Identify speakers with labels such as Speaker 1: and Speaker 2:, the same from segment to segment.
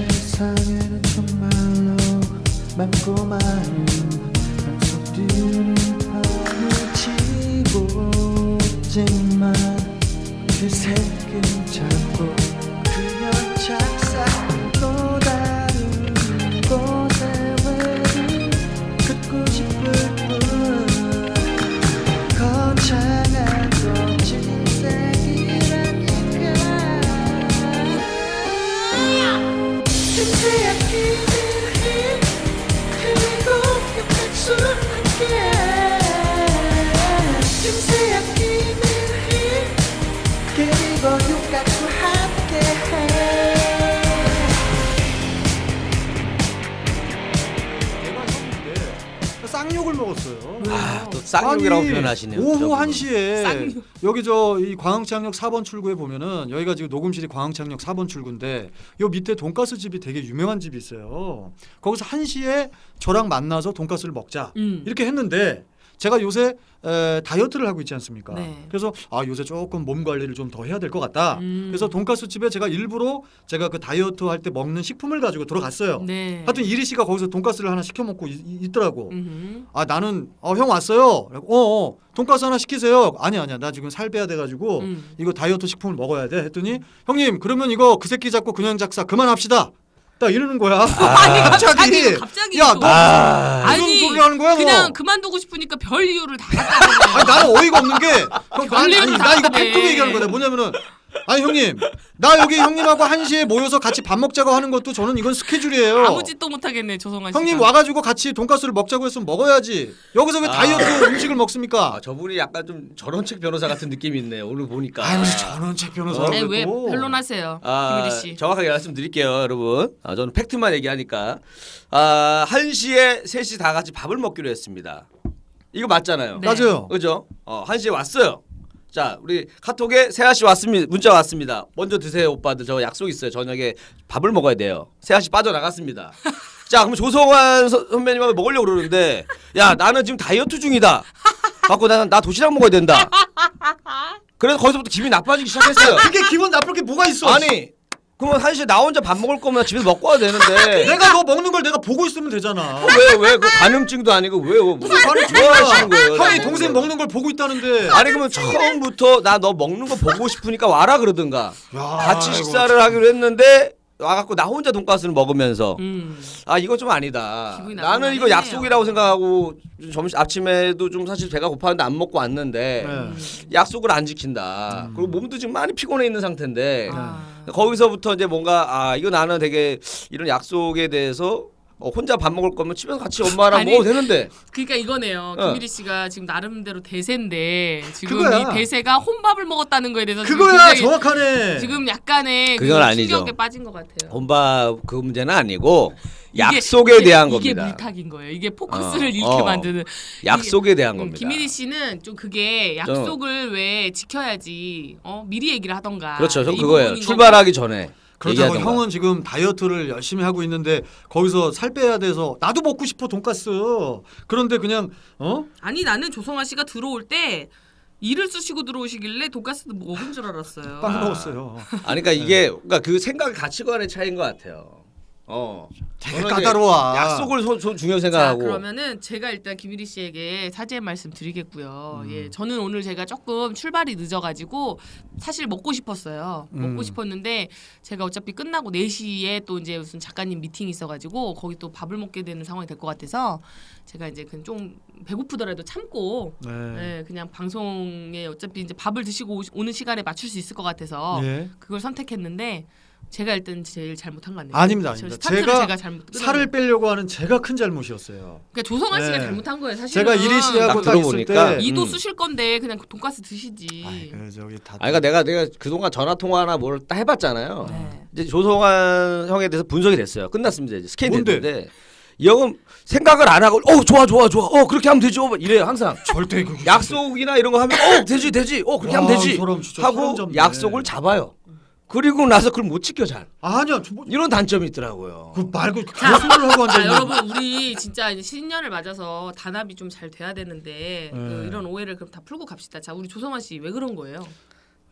Speaker 1: 세상에는 정말로 맘고 마음 계속 뛰는 밤이 지고 있지만 그 새끼는 자꾸 그녀 착상 또 다른 곳에 외를 듣고 싶을 뿐
Speaker 2: 아,
Speaker 1: 거창한 것 인생이라니까 진지한 기대해 그리고 약속할게 진지한 기대해 그리고 육각수할게
Speaker 2: 내가 형인데 쌍욕을 먹었어요.
Speaker 3: 아, 또 쌍욕이라고
Speaker 2: 아니,
Speaker 3: 표현하시네요.
Speaker 2: 오후
Speaker 3: 저분은.
Speaker 2: 1시에
Speaker 4: 쌍욕.
Speaker 2: 여기 저 이 광항창역 4번 출구에 보면은 여기가 지금 녹음실이 광항창역 4번 출구인데 요 밑에 돈가스 집이 되게 유명한 집이 있어요. 거기서 1시에 저랑 만나서 돈가스를 먹자.
Speaker 4: 음.
Speaker 2: 이렇게 했는데 제가 요새 에, 다이어트를 하고 있지 않습니까?
Speaker 4: 네.
Speaker 2: 그래서 아 요새 조금 몸 관리를 좀 더 해야 될 것 같다.
Speaker 4: 음.
Speaker 2: 그래서 돈가스 집에 제가 일부러 제가 그 다이어트 할 때 먹는 식품을 가지고 들어갔어요.
Speaker 4: 네.
Speaker 2: 하여튼 이리 씨가 거기서 돈가스를 하나 시켜 먹고 있, 있- 있더라고.
Speaker 4: 음흠.
Speaker 2: 아 나는 어, 형 왔어요. 라고, 어, 어 돈가스 하나 시키세요. 아니 아니야 나 지금 살 빼야 돼가지고
Speaker 4: 음.
Speaker 2: 이거 다이어트 식품을 먹어야 돼. 했더니 형님 그러면 이거 그 새끼 잡고 그냥 작사 그만합시다. 딱 이러는 거야.
Speaker 4: 아니,
Speaker 2: 갑자기.
Speaker 4: 갑자기 갑자기
Speaker 2: 야,
Speaker 4: 또.
Speaker 2: 너
Speaker 3: 아,
Speaker 2: 무슨 소리 하는 거야,
Speaker 4: 그냥
Speaker 2: 그거?
Speaker 4: 그만두고 싶으니까 별 이유를 다 갖다
Speaker 2: 아니 나는 어이가 없는 게 형, 난-
Speaker 4: 별일을
Speaker 2: 아니
Speaker 4: 다
Speaker 2: 나 이거
Speaker 4: 하네.
Speaker 2: 팩트로 얘기하는 거다. 뭐냐면은 아니 형님 나 여기 형님하고 한 시에 모여서 같이 밥 먹자고 하는 것도 저는 이건 스케줄이에요.
Speaker 4: 아무 짓도 못하겠네 조성아 씨.
Speaker 2: 형님 와가지고 같이 돈가스를 먹자고 했으면 먹어야지. 여기서 왜
Speaker 3: 아.
Speaker 2: 다이어트 음식을 먹습니까?
Speaker 3: 아, 저분이 약간 좀 전원책 변호사 같은 느낌이 있네요. 오늘 보니까.
Speaker 2: 아유 저는 책 변호사.
Speaker 4: 네, 왜 변론하세요,
Speaker 3: 아,
Speaker 4: 김유리 씨.
Speaker 3: 정확하게 말씀드릴게요, 여러분. 아, 저는 팩트만 얘기하니까. 아, 1시에 3시 다 같이 밥을 먹기로 했습니다. 이거 맞잖아요.
Speaker 4: 네.
Speaker 2: 맞아요.
Speaker 3: 그죠? 어, 1시에 왔어요. 자, 우리 카톡에 세아 씨 왔습니다. 문자 왔습니다. 먼저 드세요, 오빠들. 저 약속 있어요. 저녁에 밥을 먹어야 돼요. 세아 씨 빠져나갔습니다. 자, 그럼 조성환 서- 선배님하고 먹으려고 그러는데 야, 나는 지금 다이어트 중이다. 갖고 나는 나 도시락 먹어야 된다. 그래서 거기서부터 기분이 나빠지기 시작했어요.
Speaker 2: 그게 기분 나쁠 게 뭐가 있어?
Speaker 3: 아니 그러면 한시에 나 혼자 밥 먹을 거면 집에서 먹고 와도 되는데
Speaker 2: 내가 너 먹는 걸 내가 보고 있으면 되잖아.
Speaker 3: 왜왜그 간음증도 아니고 왜 왜, 무슨
Speaker 2: 반응
Speaker 3: 뭐 하시는 거예요?
Speaker 2: 형이 동생 먹는 걸 보고 있다는데.
Speaker 3: 아니 그러면 처음부터 나 너 먹는 거 보고 싶으니까 와라 그러든가
Speaker 2: 야,
Speaker 3: 같이
Speaker 2: 이거
Speaker 3: 식사를 하기로 했는데 와갖고 나 혼자 돈가스를 먹으면서
Speaker 4: 음.
Speaker 3: 아 이거 좀 아니다
Speaker 4: 기분이
Speaker 3: 나는 이거
Speaker 4: 나쁘긴 하네요.
Speaker 3: 약속이라고 생각하고 점심 아침에도 좀 사실 배가 고팠는데 안 먹고 왔는데
Speaker 2: 네.
Speaker 3: 약속을 안 지킨다 그리고 몸도 지금 많이 피곤해 있는 상태인데
Speaker 4: 아.
Speaker 3: 거기서부터 이제 뭔가 아 이거 나는 되게 이런 약속에 대해서 어, 혼자 밥 먹을 거면 집에서 같이 엄마랑
Speaker 4: 아니.
Speaker 3: 먹어도 되는데
Speaker 4: 그러니까 이거네요.
Speaker 3: 어.
Speaker 4: 김유리 씨가 지금 나름대로 대세인데 지금
Speaker 2: 그거야.
Speaker 4: 이 대세가 혼밥을 먹었다는 거에 대해서 지금
Speaker 2: 그거야
Speaker 4: 굉장히
Speaker 2: 정확하네.
Speaker 4: 지금 약간의 그
Speaker 3: 그건 아니죠.
Speaker 4: 충격에 빠진 것 같아요.
Speaker 3: 혼밥 그 문제는 아니고
Speaker 4: 이게-
Speaker 3: 약속에
Speaker 4: 이게-
Speaker 3: 대한
Speaker 4: 이게
Speaker 3: 겁니다.
Speaker 4: 물타기인 거예요. 이게 포커스를
Speaker 3: 어,
Speaker 4: 잃게
Speaker 3: 어.
Speaker 4: 만드는
Speaker 3: 약속에 대한
Speaker 4: 음,
Speaker 3: 겁니다.
Speaker 4: 김일희 씨는 좀 그게 약속을 왜 지켜야지 어 미리 얘기를 하던가.
Speaker 3: 그렇죠. 전
Speaker 4: 이
Speaker 3: 그거예요.
Speaker 4: 부분인
Speaker 3: 출발하기 전에
Speaker 2: 그렇죠. 그렇다고
Speaker 3: 얘기하던가.
Speaker 2: 형은 지금 다이어트를 열심히 하고 있는데 거기서 살 빼야 돼서 나도 먹고 싶어 돈가스. 그런데 그냥 어?
Speaker 4: 건데. 아니 나는 조성아 씨가 들어올 때 일을 쑤시고 들어오시길래 돈가스도 먹은 줄 알았어요.
Speaker 2: 빵 먹었어요.
Speaker 3: 아니 그러니까
Speaker 2: 네.
Speaker 3: 이게 그러니까 그 생각 가치관의 차이인 것 같아요. 어.
Speaker 2: 되게
Speaker 3: 저는 이제
Speaker 2: 까다로워.
Speaker 3: 약속을 소, 소, 중요 생각하고.
Speaker 4: 자 그러면은 제가 일단 김유리 씨에게 사죄의 말씀 드리겠고요.
Speaker 2: 음.
Speaker 4: 예, 저는 오늘 제가 조금 출발이 늦어가지고 사실 먹고 싶었어요. 먹고
Speaker 2: 음.
Speaker 4: 싶었는데 제가 어차피 끝나고 4시에 또 이제 무슨 작가님 미팅이 있어가지고 거기 또 밥을 먹게 되는 상황이 될 것 같아서 제가 이제 그냥 좀 배고프더라도 참고
Speaker 2: 네.
Speaker 4: 예, 그냥 방송에 어차피 이제 밥을 드시고 오- 오는 시간에 맞출 수 있을 것 같아서
Speaker 2: 예.
Speaker 4: 그걸 선택했는데 제가 일단 제일 잘못한 것 같네요.
Speaker 2: 아닙니다,
Speaker 4: 저
Speaker 2: 아닙니다.
Speaker 4: 스타트를
Speaker 2: 제가
Speaker 4: 제가 잘못 끊었네요.
Speaker 2: 살을 빼려고 하는 제가 큰 잘못이었어요.
Speaker 4: 그러니까 조성아 씨가
Speaker 2: 네.
Speaker 4: 잘못한 거예요. 사실은
Speaker 2: 제가 이리 씨하고
Speaker 3: 딱
Speaker 2: 딱 있을
Speaker 3: 들어보니까
Speaker 2: 때
Speaker 3: 이-
Speaker 4: 이도
Speaker 3: 음.
Speaker 4: 쑤실 건데 그냥 돈가스 드시지.
Speaker 2: 아이, 그 저기 다
Speaker 3: 아니 그러니까 내가 내가 그동안 전화 통화나 뭘 다 해봤잖아요.
Speaker 4: 네.
Speaker 3: 이제 조성환 형에 대해서 분석이 됐어요. 끝났습니다. 이제 스캔
Speaker 2: 뭔데?
Speaker 3: 됐는데 이 형은 생각을 안 하고 어 좋아 좋아 좋아 어 그렇게 하면 되지 어 이래요 항상
Speaker 2: 절대 그
Speaker 3: 약속이나 이런 거 하면 어 되지 되지 어 그렇게 하면
Speaker 2: 와,
Speaker 3: 되지
Speaker 2: 이 사람 진짜
Speaker 3: 하고
Speaker 2: 사람 잡네.
Speaker 3: 약속을 잡아요. 그리고 나서 그걸 못 지켜 잘
Speaker 2: 아니야. 저 뭐,
Speaker 3: 이런 단점이 있더라고요.
Speaker 2: 그 말고 교수를 하고 앉아
Speaker 4: 자
Speaker 2: 있는
Speaker 4: 여러분 우리 진짜 이제 신년을 맞아서 단합이 좀 잘 돼야 되는데 그
Speaker 2: 네.
Speaker 4: 이런 오해를 그럼 다 풀고 갑시다. 자 우리 조성아 씨 왜 그런 거예요?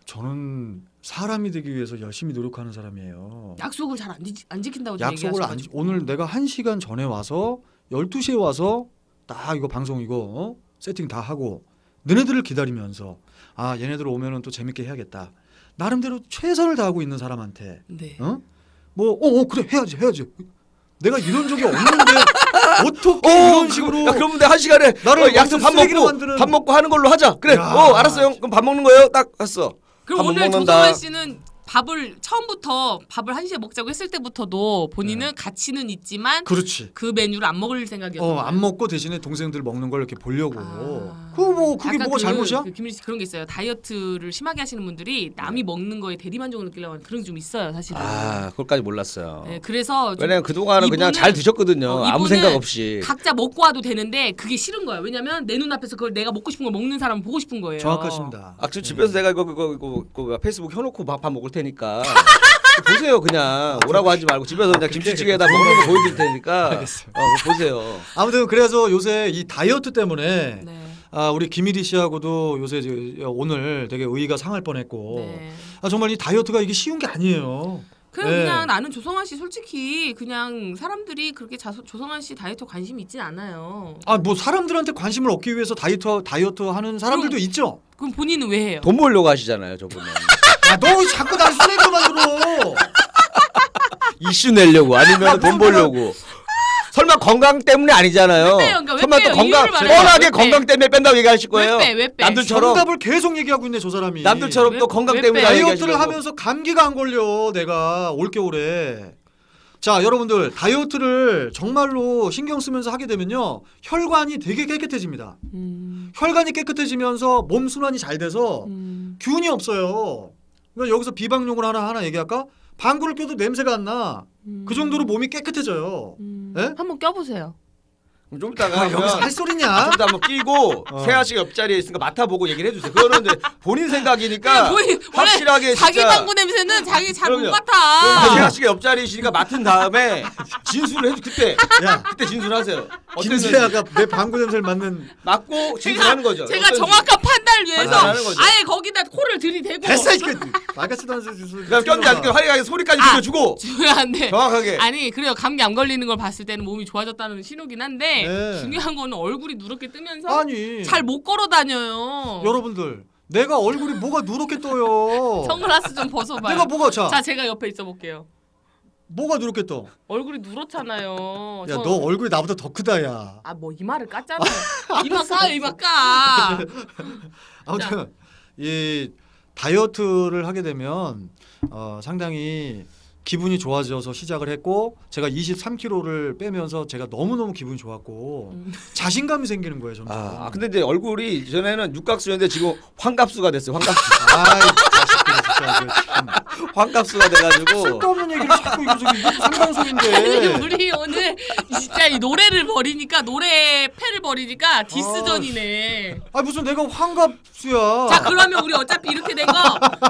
Speaker 2: 저는 사람이 되기 위해서 열심히 노력하는 사람이에요.
Speaker 4: 약속을 잘 안 지킨다고 좀
Speaker 2: 약속을 안 지-
Speaker 4: 얘기하셔가지고.
Speaker 2: 오늘 내가 1시간 전에 와서 12시에 와서 딱 이거 방송 이거 어? 세팅 다 하고 너네들을 기다리면서 아 얘네들 오면은 또 재밌게 해야겠다. 나름대로 최선을 다하고 있는 사람한테
Speaker 4: 네.
Speaker 2: 어? 뭐 어, 어 그래 해야지 해야지. 내가 이런 적이 없는데 어떻게 이런 식으로
Speaker 3: 야, 그럼 내가 한 시간에
Speaker 2: 나를
Speaker 3: 어, 약속
Speaker 2: 완전
Speaker 3: 밥
Speaker 2: 쓰레기로
Speaker 3: 먹고
Speaker 2: 만드는-
Speaker 3: 밥 먹고 하는 걸로 하자. 그래.
Speaker 2: 야.
Speaker 3: 어 알았어 형. 그럼 밥 먹는 거예요. 딱 했어.
Speaker 4: 그럼
Speaker 3: 밥못
Speaker 4: 오늘
Speaker 3: 먹는다.
Speaker 4: 조성환 씨는 밥을 처음부터 밥을 한 시에 먹자고 했을 때부터도 본인은 가치는 있지만
Speaker 2: 그렇지.
Speaker 4: 그 메뉴를 안 먹을 생각이었어요.
Speaker 2: 네. 어 안 먹고 대신에 동생들 먹는 걸 이렇게 보려고.
Speaker 4: 아.
Speaker 2: 그뭐 그게 뭐가 잘못이야?
Speaker 4: 그, 김민희 씨 그런 게 있어요. 다이어트를 심하게 하시는 분들이 남이
Speaker 2: 네.
Speaker 4: 먹는 거에 대리만족을 느끼려고 하는 그런 게 좀 있어요, 사실은.
Speaker 3: 아 그걸까지 몰랐어요.
Speaker 4: 네, 그래서 좀
Speaker 3: 왜냐면 그 동안은 그냥
Speaker 4: 이분은-
Speaker 3: 잘 드셨거든요.
Speaker 4: 어,
Speaker 3: 아무
Speaker 4: 이분은
Speaker 3: 생각 없이.
Speaker 4: 각자 먹고 와도 되는데 그게 싫은 거예요. 왜냐면 내 눈앞에서 그걸 내가 먹고 싶은 걸 먹는 사람을 보고 싶은 거예요.
Speaker 2: 정확하십니다.
Speaker 3: 아, 저 집에서 내가 이거 그거 그거, 그거 페이스북 켜놓고 밥, 밥 먹을 테니까 보세요 그냥 오라고 하지 말고 집에서 그냥 김치찌개에다 먹는 거 보여드릴 테니까
Speaker 2: 알겠어요.
Speaker 3: 어, 그거 보세요.
Speaker 2: 아무튼 그래서 요새 이 다이어트 때문에
Speaker 4: 네.
Speaker 2: 아 우리 김일희 씨하고도 요새 이제 오늘 되게 의의가 상할 뻔했고
Speaker 4: 네.
Speaker 2: 아 정말 이 다이어트가 이게 쉬운 게 아니에요.
Speaker 4: 그냥
Speaker 2: 네.
Speaker 4: 그냥 나는 조성환 씨 솔직히 그냥 사람들이 그렇게 자소, 조성환 씨 다이어트 관심 있진 않아요.
Speaker 2: 아 뭐 사람들한테 관심을 얻기 위해서 다이어트 다이어트 하는 사람들도 있죠.
Speaker 4: 그럼 본인은 왜 해요?
Speaker 3: 돈 벌려고 하시잖아요 저분은
Speaker 2: 아너 자꾸 날 쓰레기로 만들어.
Speaker 3: 이슈 내려고 아니면 돈 벌려고. 설마 건강 때문에 아니잖아요.
Speaker 4: 빼요? 그러니까 왜
Speaker 3: 설마 또
Speaker 4: 빼요?
Speaker 3: 건강
Speaker 4: 이유를 말해요.
Speaker 3: 뻔하게
Speaker 4: 왜
Speaker 3: 건강 때문에 뺀다고 얘기하실 거예요.
Speaker 4: 왜 빼? 왜 빼?
Speaker 3: 남들처럼
Speaker 2: 정답을 계속 얘기하고 있네 저 사람이.
Speaker 3: 남들처럼 또
Speaker 4: 왜-
Speaker 3: 건강
Speaker 4: 왜
Speaker 3: 때문에
Speaker 4: 빼요?
Speaker 3: 얘기하시려고.
Speaker 2: 다이어트를 하면서 감기가 안 걸려 내가 올 겨울에. 자 여러분들 다이어트를 정말로 신경 쓰면서 하게 되면요 혈관이 되게 깨끗해집니다.
Speaker 4: 음,
Speaker 2: 혈관이 깨끗해지면서 몸 순환이 잘 돼서
Speaker 4: 음.
Speaker 2: 균이 없어요. 그러니까 여기서 비방용을 하나 하나 얘기할까? 방구를 껴도 냄새가 안 나. 그 정도로 몸이 깨끗해져요.
Speaker 4: 음.
Speaker 2: 예?
Speaker 4: 한번 껴보세요.
Speaker 3: 그럼 좀 이따가
Speaker 2: 아,
Speaker 3: 하면
Speaker 2: 여기서 할
Speaker 3: 좀
Speaker 2: 소리냐?
Speaker 3: 이따 한번 끼고
Speaker 2: 어.
Speaker 3: 세아 씨가 옆자리에 있으니까 맡아보고 얘기를 해주세요. 그거는 이제 본인 생각이니까
Speaker 4: 아, 본인- 원래
Speaker 3: 그러니까 확실하게
Speaker 4: 자기
Speaker 3: 진짜
Speaker 4: 방구 냄새는 자기 잘 못
Speaker 3: 그럼요.
Speaker 4: 맡아.
Speaker 3: 세아 씨가 옆자리이시니까 맡은 다음에 진술을 해주 그때
Speaker 2: 야,
Speaker 3: 그때 진술하세요. 어땠는지 어.
Speaker 2: 김세아가 내 방구 냄새를 맡는
Speaker 3: 맡고
Speaker 4: 제가,
Speaker 3: 진술하는 거죠.
Speaker 4: 제가
Speaker 3: 어떤지.
Speaker 4: 정확한 판단을 위해서
Speaker 3: 판단하는 거죠.
Speaker 4: 아예 거기다 코를 들이대고
Speaker 2: 됐어 이 말같이도 않은 소리.
Speaker 3: 그다음 껴지
Speaker 2: 어.
Speaker 3: 않게 화려하게 소리까지
Speaker 4: 아.
Speaker 3: 들려주고
Speaker 4: 중요한데
Speaker 3: 정확하게
Speaker 4: 아니 그래요 감기 안 걸리는 걸 봤을 때는 몸이 좋아졌다는 신호긴 한데
Speaker 2: 네.
Speaker 4: 중요한 거는 얼굴이 누렇게 뜨면서
Speaker 2: 아니.
Speaker 4: 어? 잘 못 걸어 다녀요.
Speaker 2: 여러분들, 내가 얼굴이 뭐가 누렇게 떠요?
Speaker 4: 선글라스 좀 벗어봐요.
Speaker 2: 내가 뭐가 자,
Speaker 4: 자 어, 제가 옆에 있어 볼게요.
Speaker 2: 뭐가 누렇게 떠?
Speaker 4: 얼굴이 누렇잖아요.
Speaker 2: 야, 너 얼굴이 나보다 더 크다, 야.
Speaker 4: 아뭐 이마를 깠잖아요. 이마 까 이마 까.
Speaker 2: 아무튼 이 다이어트를 하게 되면 어, 상당히 기분이 좋아져서 시작을 했고 제가 23kg를 빼면서 제가 너무너무 기분이 좋았고
Speaker 4: 음.
Speaker 2: 자신감이 생기는 거예요 점점.
Speaker 3: 아, 아, 근데 이제 얼굴이 전에는 육각수였는데 지금 환갑수가 됐어요. 환갑수.
Speaker 2: 아이, 자식들 진짜 이거 참.
Speaker 3: 환갑수가 돼가지고
Speaker 2: 쓸데없는 얘기를 자꾸 이거 저기 뭐 이거 네.
Speaker 4: 아니
Speaker 2: 상방송인데
Speaker 4: 우리 오늘 진짜 이 노래를 버리니까 노래 패를 버리니까 디스전이네.
Speaker 2: 아 무슨 내가 환갑수야
Speaker 4: 자 그러면 우리 어차피 이렇게 된 거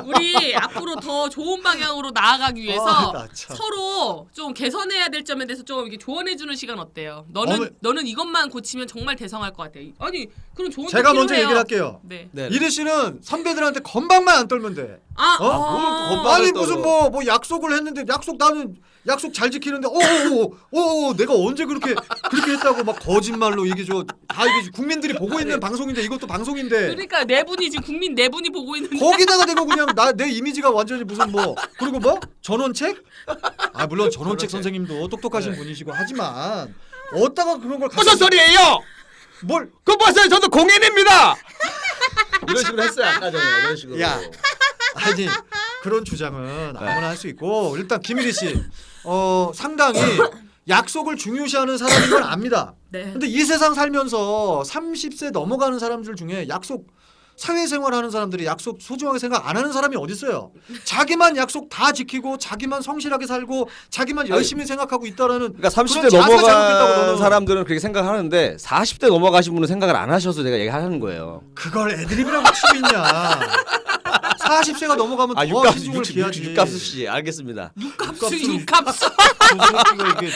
Speaker 4: 우리 앞으로 더 좋은 방향으로 나아가기
Speaker 2: 아,
Speaker 4: 위해서
Speaker 2: 나 참.
Speaker 4: 서로 좀 개선해야 될 점에 대해서 좀 이렇게 조언해 주는 시간 어때요? 너는
Speaker 2: 어머.
Speaker 4: 너는 이것만 고치면 정말 대성할 것 같아. 아니 그럼 좋은
Speaker 2: 제가
Speaker 4: 팁
Speaker 2: 먼저
Speaker 4: 필요해요.
Speaker 2: 얘기를 할게요
Speaker 4: 네.
Speaker 3: 네.
Speaker 2: 이리 씨는 선배들한테 건방만 안 떨면 돼
Speaker 4: 아,
Speaker 2: 어?
Speaker 4: 아.
Speaker 3: 뭘 건방-
Speaker 2: 아니
Speaker 3: 떨어.
Speaker 2: 무슨 뭐 뭐 약속을 했는데 약속 나는 약속 잘 지키는데 어, 어어어 내가 언제 그렇게 그렇게 했다고 막 거짓말로 이게 저 다 이게 국민들이 보고
Speaker 3: 네.
Speaker 2: 있는 방송인데 이것도 방송인데
Speaker 4: 그러니까 네 분이 지금 국민 네 분이 보고 있는데
Speaker 2: 거기다가 내가 그냥 나 내 이미지가 완전히 무슨 뭐 그리고 뭐 전원책 아 물론 전원책
Speaker 3: 전원책. 네.
Speaker 2: 선생님도 똑똑하신 분이시고 하지만 어디다가 그런 걸
Speaker 3: 무슨 소리예요?
Speaker 2: 뭘
Speaker 3: 그 보세요. 저도 공인입니다. 이런 식으로 했어요. 아까 전에 이런 식으로.
Speaker 2: 야. 아니 그런
Speaker 3: 네.
Speaker 2: 주장은 아무나 할 수 있고 일단 김일희 씨어 상당히 약속을 중요시하는 사람인 걸 압니다.
Speaker 4: 네.
Speaker 2: 근데 이 세상 살면서 30세 넘어가는 사람들 중에 약속 사회생활하는 사람들이 약속 소중하게 생각 안 하는 사람이 어디 있어요? 자기만 약속 다 지키고 자기만 성실하게 살고 자기만 열심히 생각하고 있다라는
Speaker 3: 그러니까 30대
Speaker 2: 그런 자세 잘못됐다고
Speaker 3: 넘어간
Speaker 2: 너는.
Speaker 3: 사람들은 그렇게 생각하는데 40대 넘어가신 분은 생각을 안 하셔서 제가 얘기하는 거예요.
Speaker 2: 그걸 애드립이라고 치고 있냐? 40세가 넘어가면
Speaker 3: 아
Speaker 2: 더
Speaker 3: 육갑수
Speaker 2: 신중을
Speaker 3: 육-
Speaker 2: 기하지.
Speaker 3: 육- 육갑수 씨 알겠습니다.
Speaker 4: 육갑수 육갑수.
Speaker 2: 조선시대가 이게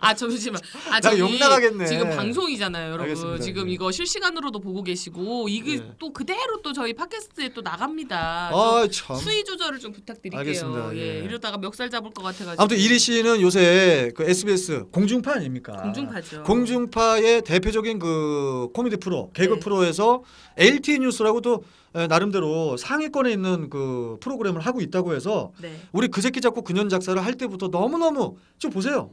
Speaker 4: 아 잠시만. 아
Speaker 2: 나
Speaker 4: 저기
Speaker 2: 욕 나가겠네.
Speaker 4: 지금 방송이잖아요, 여러분.
Speaker 2: 알겠습니다.
Speaker 4: 지금
Speaker 2: 네.
Speaker 4: 이거 실시간으로도 보고 계시고 이게
Speaker 2: 네.
Speaker 4: 또 그대로 또 저희 팟캐스트에 또 나갑니다.
Speaker 2: 아,
Speaker 4: 좀
Speaker 2: 참.
Speaker 4: 수위 조절을 좀 부탁드릴게요.
Speaker 2: 알겠습니다.
Speaker 4: 예.
Speaker 2: 예.
Speaker 4: 이러다가 멱살 잡을 것 같아가지고.
Speaker 2: 아무튼 이리 씨는 요새 그 SBS 공중파 아닙니까?
Speaker 4: 공중파죠.
Speaker 2: 공중파의 대표적인 그 코미디 프로, 개그
Speaker 4: 네.
Speaker 2: 프로에서 LTE 뉴스라고 또 에, 나름대로 상위권에 있는 그 프로그램을 하고 있다고 해서
Speaker 4: 네.
Speaker 2: 우리 그 새끼 잡고 그년 작사를 할 때부터 너무너무 좀 보세요.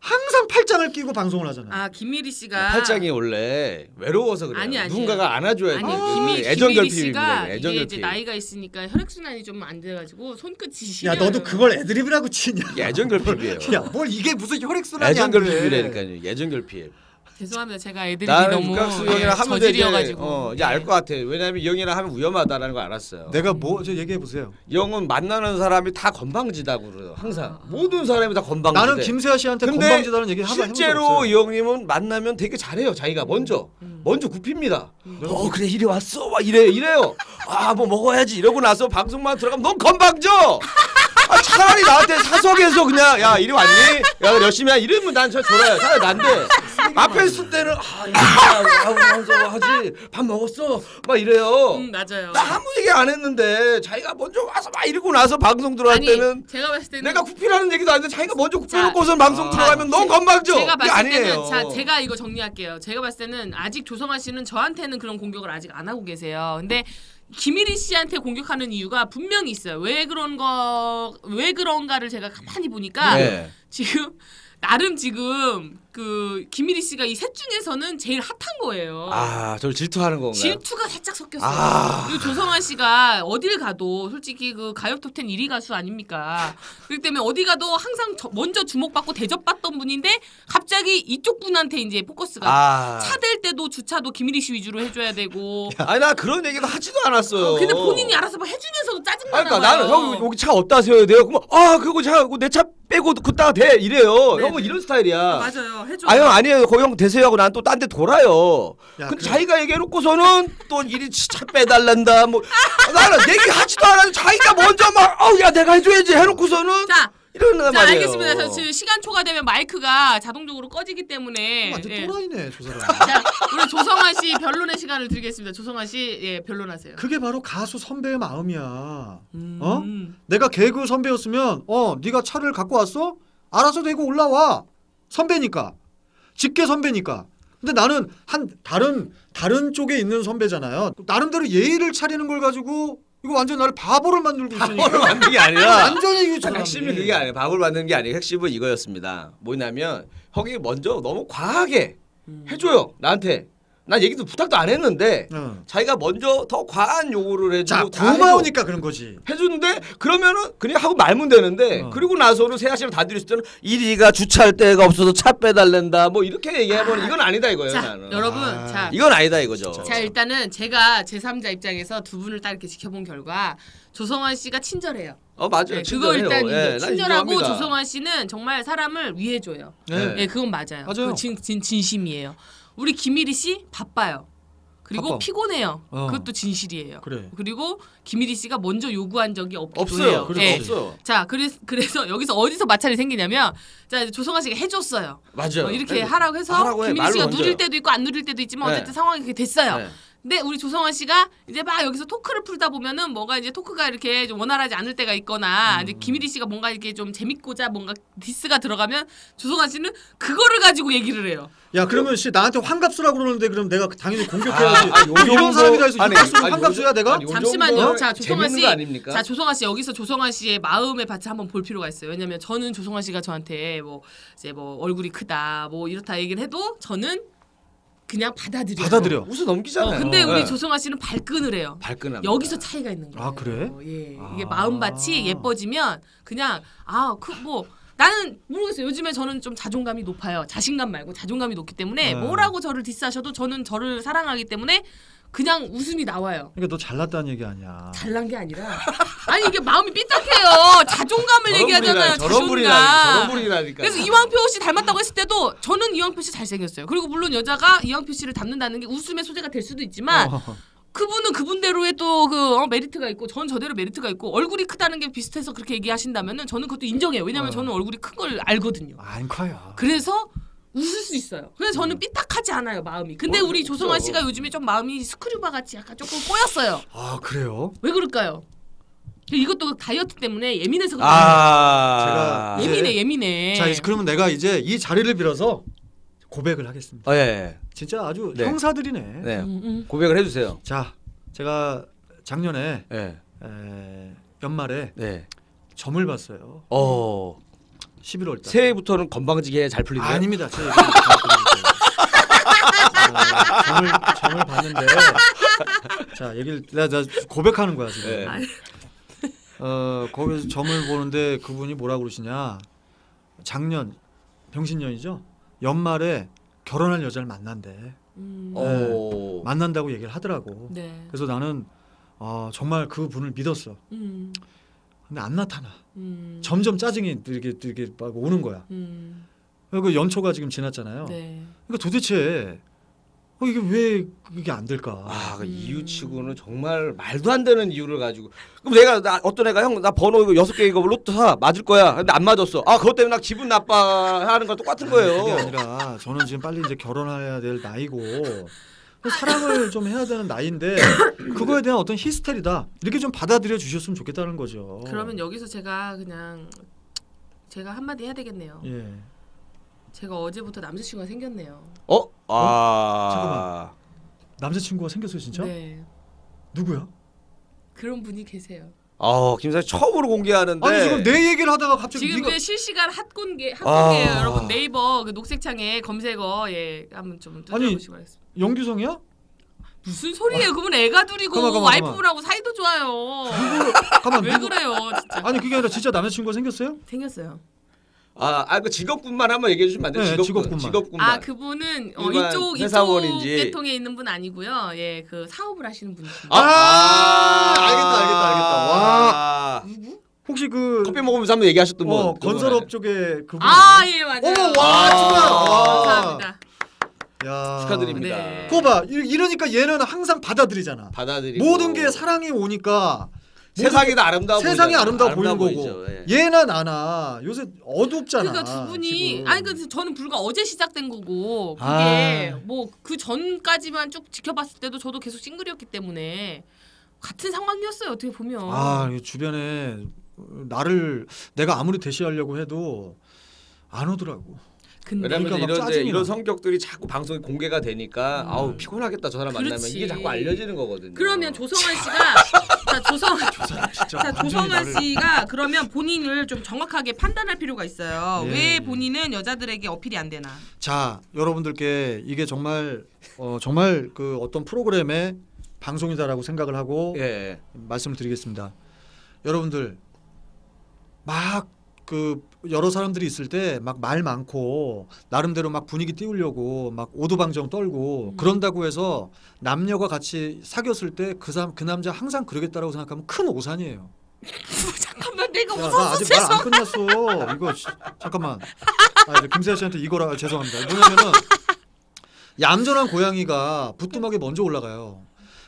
Speaker 2: 항상 팔짱을 끼고 방송을 하잖아요.
Speaker 4: 아 김미리 씨가
Speaker 3: 네, 팔짱이 원래 외로워서 그래요.
Speaker 4: 아니, 아니에요.
Speaker 3: 누군가가 안아줘야 돼.
Speaker 4: 아니
Speaker 3: 그
Speaker 4: 김미
Speaker 3: 애정
Speaker 4: 김미리
Speaker 3: 결핍입니다.
Speaker 4: 씨가
Speaker 3: 애정
Speaker 4: 이게 이제
Speaker 3: 결핍.
Speaker 4: 나이가 있으니까 혈액 순환이 좀 안 돼가지고 손끝이
Speaker 2: 야
Speaker 4: 시려요.
Speaker 2: 너도 그걸 애드립이라고 치냐?
Speaker 3: 이게 애정 결핍이에요.
Speaker 2: 야 뭘 이게 무슨 혈액순환이 안
Speaker 3: 애정
Speaker 2: 돼?
Speaker 3: 결핍이라니까요. 애정 결핍.
Speaker 4: 죄송합니다 제가 애들이
Speaker 3: 나는
Speaker 4: 너무
Speaker 3: 육각수
Speaker 4: 예,
Speaker 3: 형이랑 하면 되지.
Speaker 4: 저질이어가지고 네.
Speaker 3: 어, 이제 알 것 같아. 왜냐면 이 형이랑 하면 위험하다라는 걸 알았어요.
Speaker 2: 내가 뭐 저 얘기해 보세요.
Speaker 3: 이 형은 만나는 사람이 다 건방지다고 그래요. 항상
Speaker 4: 아.
Speaker 3: 모든 사람이 다 건방지대.
Speaker 2: 나는 김세아 씨한테
Speaker 3: 근데
Speaker 2: 건방지다는 얘기 하나
Speaker 3: 실제로
Speaker 2: 해본
Speaker 3: 이 형님은 만나면 되게 잘해요. 자기가 먼저 먼저 굽힙니다. 어 그래 이리 왔어. 막 이래 이래요. 아 뭐 먹어야지 이러고 나서 방송만 들어가면 넌 건방져. 아, 차라리 나한테 사석에서 그냥 야 이리 왔니? 야 그래, 열심히 해. 이러면 난저 졸아요. 차라리 난데 앞에 있을 때는 아 이거 하면서 하지 밥 먹었어 막 이래요.
Speaker 4: 음, 맞아요
Speaker 3: 나 아무 얘기 안 했는데 자기가 먼저 와서 막 이러고 나서 방송 들어갈 때는
Speaker 4: 제가 봤을 때는
Speaker 3: 내가 구피라는 얘기도 안 돼. 자기가 먼저 구피놓고선
Speaker 2: 아.
Speaker 3: 방송 들어가면
Speaker 4: 제-
Speaker 3: 너무 건방져.
Speaker 4: 제가
Speaker 3: 그게
Speaker 4: 봤을
Speaker 3: 아니에요.
Speaker 4: 때는 자, 제가 이거 정리할게요. 제가 봤을 때는 아직 조성아 씨는 저한테는 그런 공격을 아직 안 하고 계세요. 근데 김일희 씨한테 공격하는 이유가 분명히 있어요. 왜 그런 거, 왜 그런가를 제가 가만히 보니까
Speaker 3: 네.
Speaker 4: 지금 나름 지금 그 김일희 씨가 이 셋 중에서는 제일 핫한 거예요.
Speaker 3: 아, 저를 질투하는 건가요?
Speaker 4: 질투가 살짝 섞였어요.
Speaker 3: 아.
Speaker 4: 그리고 조성환 씨가 어딜 가도 솔직히 그 가요 톱텐 1위 가수 아닙니까? 그렇기 때문에 어디 가도 항상 저- 먼저 주목받고 대접받던 분인데 갑자기 이쪽 분한테 이제 포커스가
Speaker 3: 아.
Speaker 4: 차 댈 때도 주차도 김일희 씨 위주로 해줘야 되고.
Speaker 3: 아니 나 그런 얘기도 하지도 않았어요.
Speaker 4: 어, 근데 본인이 알아서 막 해주면서도
Speaker 3: 아니,
Speaker 4: 짜증나나
Speaker 3: 그러니까
Speaker 4: 봐요.
Speaker 3: 나는 형 여기 차 어디다 세워야 돼요? 그럼 아 그거 차내차 빼고 긋다가 대 이래요.
Speaker 4: 네,
Speaker 3: 형은
Speaker 4: 네.
Speaker 3: 이런 스타일이야.
Speaker 4: 맞아요. 해줘.
Speaker 3: 아형 아니에요. 거형 대세요 하고 난 또 딴 데 돌아요.
Speaker 2: 야, 그렇죠.
Speaker 3: 근데
Speaker 2: 그래.
Speaker 3: 자기가 얘기해놓고서는 또 일이 차 빼달란다. 뭐 나는 얘기하지도 않아서 자기가 먼저 막 어우 야 내가 해줘야지 해놓고서는
Speaker 4: 자,
Speaker 3: 이러는
Speaker 4: 자
Speaker 3: 말이에요.
Speaker 4: 알겠습니다. 저
Speaker 3: 어.
Speaker 4: 지금 시간 초과되면 마이크가 자동적으로 꺼지기 때문에.
Speaker 2: 완전
Speaker 4: 예.
Speaker 2: 또라이네 저 사람.
Speaker 4: 자, 우리 조성환 씨 변론의 시간을 드리겠습니다. 조성환 씨, 예, 변론하세요.
Speaker 2: 그게 바로 가수 선배의 마음이야.
Speaker 4: 음.
Speaker 2: 어? 내가 개그 선배였으면 어 네가 차를 갖고 왔어? 알아서 대고 올라와. 선배니까. 직계 선배니까. 근데 나는 한 다른 다른 쪽에 있는 선배잖아요. 나름대로 예의를 차리는 걸 가지고 이거 완전 나를 바보를 만들고
Speaker 3: 바보를
Speaker 2: 있으니까.
Speaker 3: 만든 게 아니라
Speaker 2: 완전히 유저.
Speaker 3: 핵심이 그게 아니에요. 밥을 받는 게 아니에요. 핵심은 이거였습니다. 뭐냐면 형이 먼저 너무 과하게
Speaker 4: 음.
Speaker 3: 해줘요. 나한테. 난 얘기도 부탁도 안 했는데
Speaker 2: 응.
Speaker 3: 자기가 먼저 더 과한 요구를
Speaker 2: 어. 자
Speaker 3: 해주고 뭐 다
Speaker 2: 고마우니까 그런 거지.
Speaker 3: 해줘. 해주는데 그러면은 그냥 하고 말면 되는데
Speaker 2: 어.
Speaker 3: 그리고 나서는 세아 씨랑 단둘이 있을 때는 이리가 주차할 데가 없어서 차 빼달랜다 뭐 이렇게 얘기하면 이건 아니다 이거예요
Speaker 4: 자,
Speaker 3: 나는
Speaker 4: 여러분,
Speaker 2: 아.
Speaker 4: 자,
Speaker 3: 이건 아니다 이거죠
Speaker 4: 자 일단은 제가 제3자 입장에서 두 분을 딱 이렇게 지켜본 결과 조성환 씨가 친절해요.
Speaker 3: 어 맞아요
Speaker 4: 네, 그거
Speaker 3: 친절해요
Speaker 4: 일단
Speaker 3: 예,
Speaker 4: 인정.
Speaker 3: 난
Speaker 4: 친절하고
Speaker 3: 인정합니다.
Speaker 4: 조성환 씨는 정말 사람을 위해줘요.
Speaker 2: 네.
Speaker 4: 예, 그건 맞아요.
Speaker 2: 맞아요.
Speaker 4: 그거 진, 진 진심이에요. 우리 김일희 씨 바빠요. 그리고
Speaker 2: 바빠.
Speaker 4: 피곤해요.
Speaker 2: 어.
Speaker 4: 그것도 진실이에요.
Speaker 2: 그래.
Speaker 4: 그리고 김일희 씨가 먼저 요구한 적이 없기도
Speaker 3: 없어요
Speaker 4: 해요.
Speaker 3: 그렇죠
Speaker 4: 예.
Speaker 2: 네.
Speaker 3: 없어요
Speaker 4: 자, 그래서, 그래서 여기서 어디서 마찰이 생기냐면, 자, 이제 조성아 씨가 해줬어요.
Speaker 3: 맞아요
Speaker 4: 어, 이렇게
Speaker 3: 네.
Speaker 4: 하라고 해서
Speaker 3: 하라고 해,
Speaker 4: 김민희 씨가
Speaker 3: 말로
Speaker 4: 누릴
Speaker 3: 얹어요.
Speaker 4: 때도 있고 안 누릴 때도 있지만
Speaker 3: 네.
Speaker 4: 어쨌든 상황이 그렇게 됐어요.
Speaker 3: 네.
Speaker 4: 근데 우리 조성원 씨가 이제 막 여기서 토크를 풀다 보면은 뭔가 이제 토크가 이렇게 좀 원활하지 않을 때가 있거나
Speaker 3: 음.
Speaker 4: 이제 김일희 씨가 뭔가 이렇게 좀 재밌고자 뭔가 디스가 들어가면 조성원 씨는 그거를 가지고 얘기를 해요.
Speaker 2: 야 그러면 씨 나한테 환갑수라고 그러는데 그럼 내가 당연히 공격해야지.
Speaker 3: 아, 요 정도-
Speaker 2: 이런 사람이라 해서
Speaker 3: 아니,
Speaker 2: 육각수
Speaker 3: 아니, 요
Speaker 2: 환갑수야
Speaker 3: 정도-
Speaker 2: 내가?
Speaker 3: 아니, 요
Speaker 4: 잠시만요.
Speaker 3: 정도는
Speaker 4: 자, 조성아
Speaker 3: 재밌는
Speaker 4: 씨.
Speaker 3: 거 아닙니까?
Speaker 4: 자, 조성아 씨 여기서 조성아 씨의 마음의 밭을 한번 볼 필요가 있어요. 왜냐면 저는 조성아 씨가 저한테 뭐 이제 뭐 얼굴이 크다 뭐 이렇다 얘기를 해도 저는 그냥 받아들여요.
Speaker 2: 받아들여.
Speaker 3: 웃어 넘기잖아요.
Speaker 4: 어, 근데 우리
Speaker 3: 네.
Speaker 4: 조성아 씨는 발끈을 해요.
Speaker 3: 발끈합니다.
Speaker 4: 여기서 차이가 있는 거예요.
Speaker 2: 아, 그래?
Speaker 4: 예.
Speaker 2: 아.
Speaker 4: 이게 마음밭이 예뻐지면 그냥 아, 그 뭐 나는 모르겠어요. 요즘에 저는 좀 자존감이 높아요. 자신감 말고 자존감이 높기 때문에
Speaker 2: 네.
Speaker 4: 뭐라고 저를 디스하셔도 저는 저를 사랑하기 때문에 그냥 웃음이 나와요.
Speaker 2: 그러니까 너 잘났다는 얘기 아니야.
Speaker 4: 잘난 게 아니라 아니 이게 마음이 삐딱해요. 자존감을
Speaker 3: 저런
Speaker 4: 얘기하잖아요.
Speaker 3: 분이라니, 저런
Speaker 4: 자존감.
Speaker 3: 분이라니, 저런 분이라니까. 아.
Speaker 4: 그래서 이왕표 씨 닮았다고 했을 때도 저는 이왕표 씨 잘생겼어요. 그리고 물론 여자가 이왕표 씨를 닮는다는 게 웃음의 소재가 될 수도 있지만
Speaker 2: 어.
Speaker 4: 그분은 그분대로의 또그 어, 메리트가 있고 전 저대로 메리트가 있고 얼굴이 크다는 게 비슷해서 그렇게 얘기하신다면은 저는 그것도 인정해요. 왜냐면
Speaker 2: 어.
Speaker 4: 저는 얼굴이 큰 걸 알거든요.
Speaker 2: 안 커요.
Speaker 4: 그래서 웃을 수 있어요. 그래서 저는 삐딱하지 않아요 마음이. 근데
Speaker 3: 뭐,
Speaker 4: 우리
Speaker 3: 그렇죠.
Speaker 4: 조성환 씨가 요즘에 좀 마음이 스크류바 같이 약간 조금 꼬였어요.
Speaker 2: 아 그래요?
Speaker 4: 왜 그럴까요? 이것도 다이어트 때문에 예민해서 그런 거예요.
Speaker 3: 아
Speaker 2: 제가 이제-
Speaker 4: 예민해 예민해.
Speaker 2: 자 이제 그러면 내가 이제 이 자리를 빌어서 고백을 하겠습니다.
Speaker 3: 어, 예, 예.
Speaker 2: 진짜 아주
Speaker 3: 네.
Speaker 2: 형사들이네.
Speaker 3: 네.
Speaker 4: 음, 음.
Speaker 3: 고백을 해주세요.
Speaker 2: 자 제가 작년에
Speaker 3: 예.
Speaker 2: 에, 연말에
Speaker 3: 네.
Speaker 2: 점을 봤어요.
Speaker 3: 어.
Speaker 2: 11월 달.
Speaker 3: 새해부터는 건방지게 잘 풀린다.
Speaker 2: 아닙니다. 제 얘기 다 들어주세요. 아, 점을 점을 봤는데 자 얘기를 나, 나 고백하는 거야 지금.
Speaker 3: 네.
Speaker 2: 어 거기서 점을 보는데 그분이 뭐라 그러시냐 작년 병신년이죠 연말에 결혼할 여자를 만난대
Speaker 4: 음.
Speaker 3: 어. 오.
Speaker 2: 만난다고 얘기를 하더라고.
Speaker 4: 네.
Speaker 2: 그래서 나는 어, 정말 그 분을 믿었어.
Speaker 4: 음.
Speaker 2: 근데 안 나타나.
Speaker 4: 음.
Speaker 2: 점점 짜증이 들게 들게 막 오는 거야.
Speaker 4: 음.
Speaker 2: 그 연초가 지금 지났잖아요.
Speaker 4: 네.
Speaker 2: 그러니까 도대체 어, 이게 왜 이게 안 될까?
Speaker 3: 아, 그
Speaker 4: 음.
Speaker 3: 이유치고는 정말 말도 안 되는 이유를 가지고. 그럼 내가 나 어떤 애가 형 나 번호 이거 여섯 개 이거 뭐 로또 사 맞을 거야. 근데 안 맞았어. 아 그것 때문에 나 기분 나빠 하는 거 똑같은
Speaker 2: 아니, 네, 그게
Speaker 3: 거예요.
Speaker 2: 아니라 저는 지금 빨리 이제 결혼해야 될 나이고 사랑을 좀 해야 되는 나이인데 그거에 대한 어떤 히스테리다 이렇게 좀 받아들여 주셨으면 좋겠다는 거죠.
Speaker 4: 그러면 여기서 제가 그냥 제가 한마디 해야 되겠네요.
Speaker 2: 예.
Speaker 4: 제가 어제부터 남자친구가 생겼네요.
Speaker 3: 어? 아.
Speaker 2: 남자친구가 생겼어요 진짜?
Speaker 4: 네.
Speaker 2: 누구야?
Speaker 4: 그런 분이 계세요.
Speaker 3: 어 김사 처음으로 공개하는데.
Speaker 2: 아니 지금 내 얘기를 하다가 갑자기
Speaker 4: 지금
Speaker 2: 네가
Speaker 4: 이제 실시간 핫공개
Speaker 3: 아.
Speaker 4: 핫공개예요. 여러분 네이버 그 녹색창에 검색어 예 한번 좀 뜯어보시고 하겠습니다.
Speaker 2: 영규성이야?
Speaker 4: 무슨 소리예요? 그분 애가 둘이고
Speaker 2: 가만, 가만,
Speaker 4: 와이프분하고 사이도 좋아요.
Speaker 2: 가만 네?
Speaker 4: 왜 그래요, 진짜?
Speaker 2: 아니 그게 아니라 진짜 남자친구가 생겼어요?
Speaker 4: 생겼어요.
Speaker 3: 아, 아, 그 직업군만 한번 얘기해 주시면 안 돼요?
Speaker 2: 네, 직업군만.
Speaker 3: 직업군. 직업군만.
Speaker 4: 아 그분은 어,
Speaker 3: 일반
Speaker 4: 이쪽 이쪽
Speaker 3: 회사원인지.
Speaker 4: 계통에 있는 분 아니고요. 예, 그 사업을 하시는 분이십니다.
Speaker 3: 아,
Speaker 2: 아, 알겠다, 알겠다, 알겠다.
Speaker 3: 와.
Speaker 2: 혹시 그
Speaker 3: 커피 먹으면서 한번 얘기하셨던 분. 네.
Speaker 2: 어,
Speaker 3: 그분 아니에요?
Speaker 2: 건설업 쪽에 그분
Speaker 4: 아, 예, 맞아요.
Speaker 2: 어머, 와, 정말. 아, 와.
Speaker 4: 감사합니다.
Speaker 2: 야.
Speaker 3: 축하드립니다.
Speaker 4: 네.
Speaker 2: 그거 봐 이- 이러니까 얘는 항상 받아들이잖아.
Speaker 3: 받아들이고
Speaker 2: 모든 게 사랑이 오니까
Speaker 3: 세상이 다 아름다워
Speaker 2: 세상이
Speaker 3: 보이잖아요.
Speaker 2: 아름다워 보이는
Speaker 3: 보이죠,
Speaker 2: 거고
Speaker 3: 예.
Speaker 2: 얘나 나나 요새 어둡잖아.
Speaker 4: 그러니까 두 분이
Speaker 2: 지금.
Speaker 4: 아니 그 저는 불과 어제 시작된 거고 그게
Speaker 2: 아.
Speaker 4: 뭐 그 전까지만 쭉 지켜봤을 때도 저도 계속 싱글이었기 때문에 같은 상황이었어요 어떻게 보면
Speaker 2: 아, 이 주변에 나를 내가 아무리 대시하려고 해도 안 오더라고.
Speaker 4: 근데
Speaker 3: 왜냐면
Speaker 2: 그러니까 막
Speaker 3: 이런 이제
Speaker 2: 짜증이
Speaker 3: 이런
Speaker 2: 나.
Speaker 3: 성격들이 자꾸 방송에 공개가 되니까
Speaker 4: 음.
Speaker 3: 아우 피곤하겠다 저 사람 만나면
Speaker 4: 그렇지.
Speaker 3: 이게 자꾸 알려지는 거거든요.
Speaker 4: 그러면
Speaker 2: 뭐.
Speaker 4: 조성환 씨가 자 조성환
Speaker 2: 진짜
Speaker 4: 자
Speaker 2: 완전히
Speaker 4: 조성환
Speaker 2: 나를-
Speaker 4: 씨가 그러면 본인을 좀 정확하게 판단할 필요가 있어요
Speaker 2: 예.
Speaker 4: 왜 본인은 여자들에게 어필이 안 되나
Speaker 2: 자 여러분들께 이게 정말 어, 정말 그 어떤 프로그램의 방송이다라고 생각을 하고
Speaker 3: 예, 예.
Speaker 2: 말씀을 드리겠습니다. 여러분들 막 그 여러 사람들이 있을 때 막 말 많고 나름대로 막 분위기 띄우려고 막 오두방정 떨고 그런다고 해서 남녀가 같이 사귀었을 때 그 사람 그 남자 항상 그러겠다라고 생각하면 큰 오산이에요.
Speaker 4: 잠깐만 내가
Speaker 2: 야, 나
Speaker 4: 그러니까 웃었어
Speaker 2: 아직 말 안
Speaker 4: 죄송
Speaker 2: 끝났어. 이거 씨, 잠깐만. 아, 이제 김세아 씨한테 이거라 아, 죄송합니다. 뭐냐면은 얌전한 고양이가 부뚜막에 먼저 올라가요.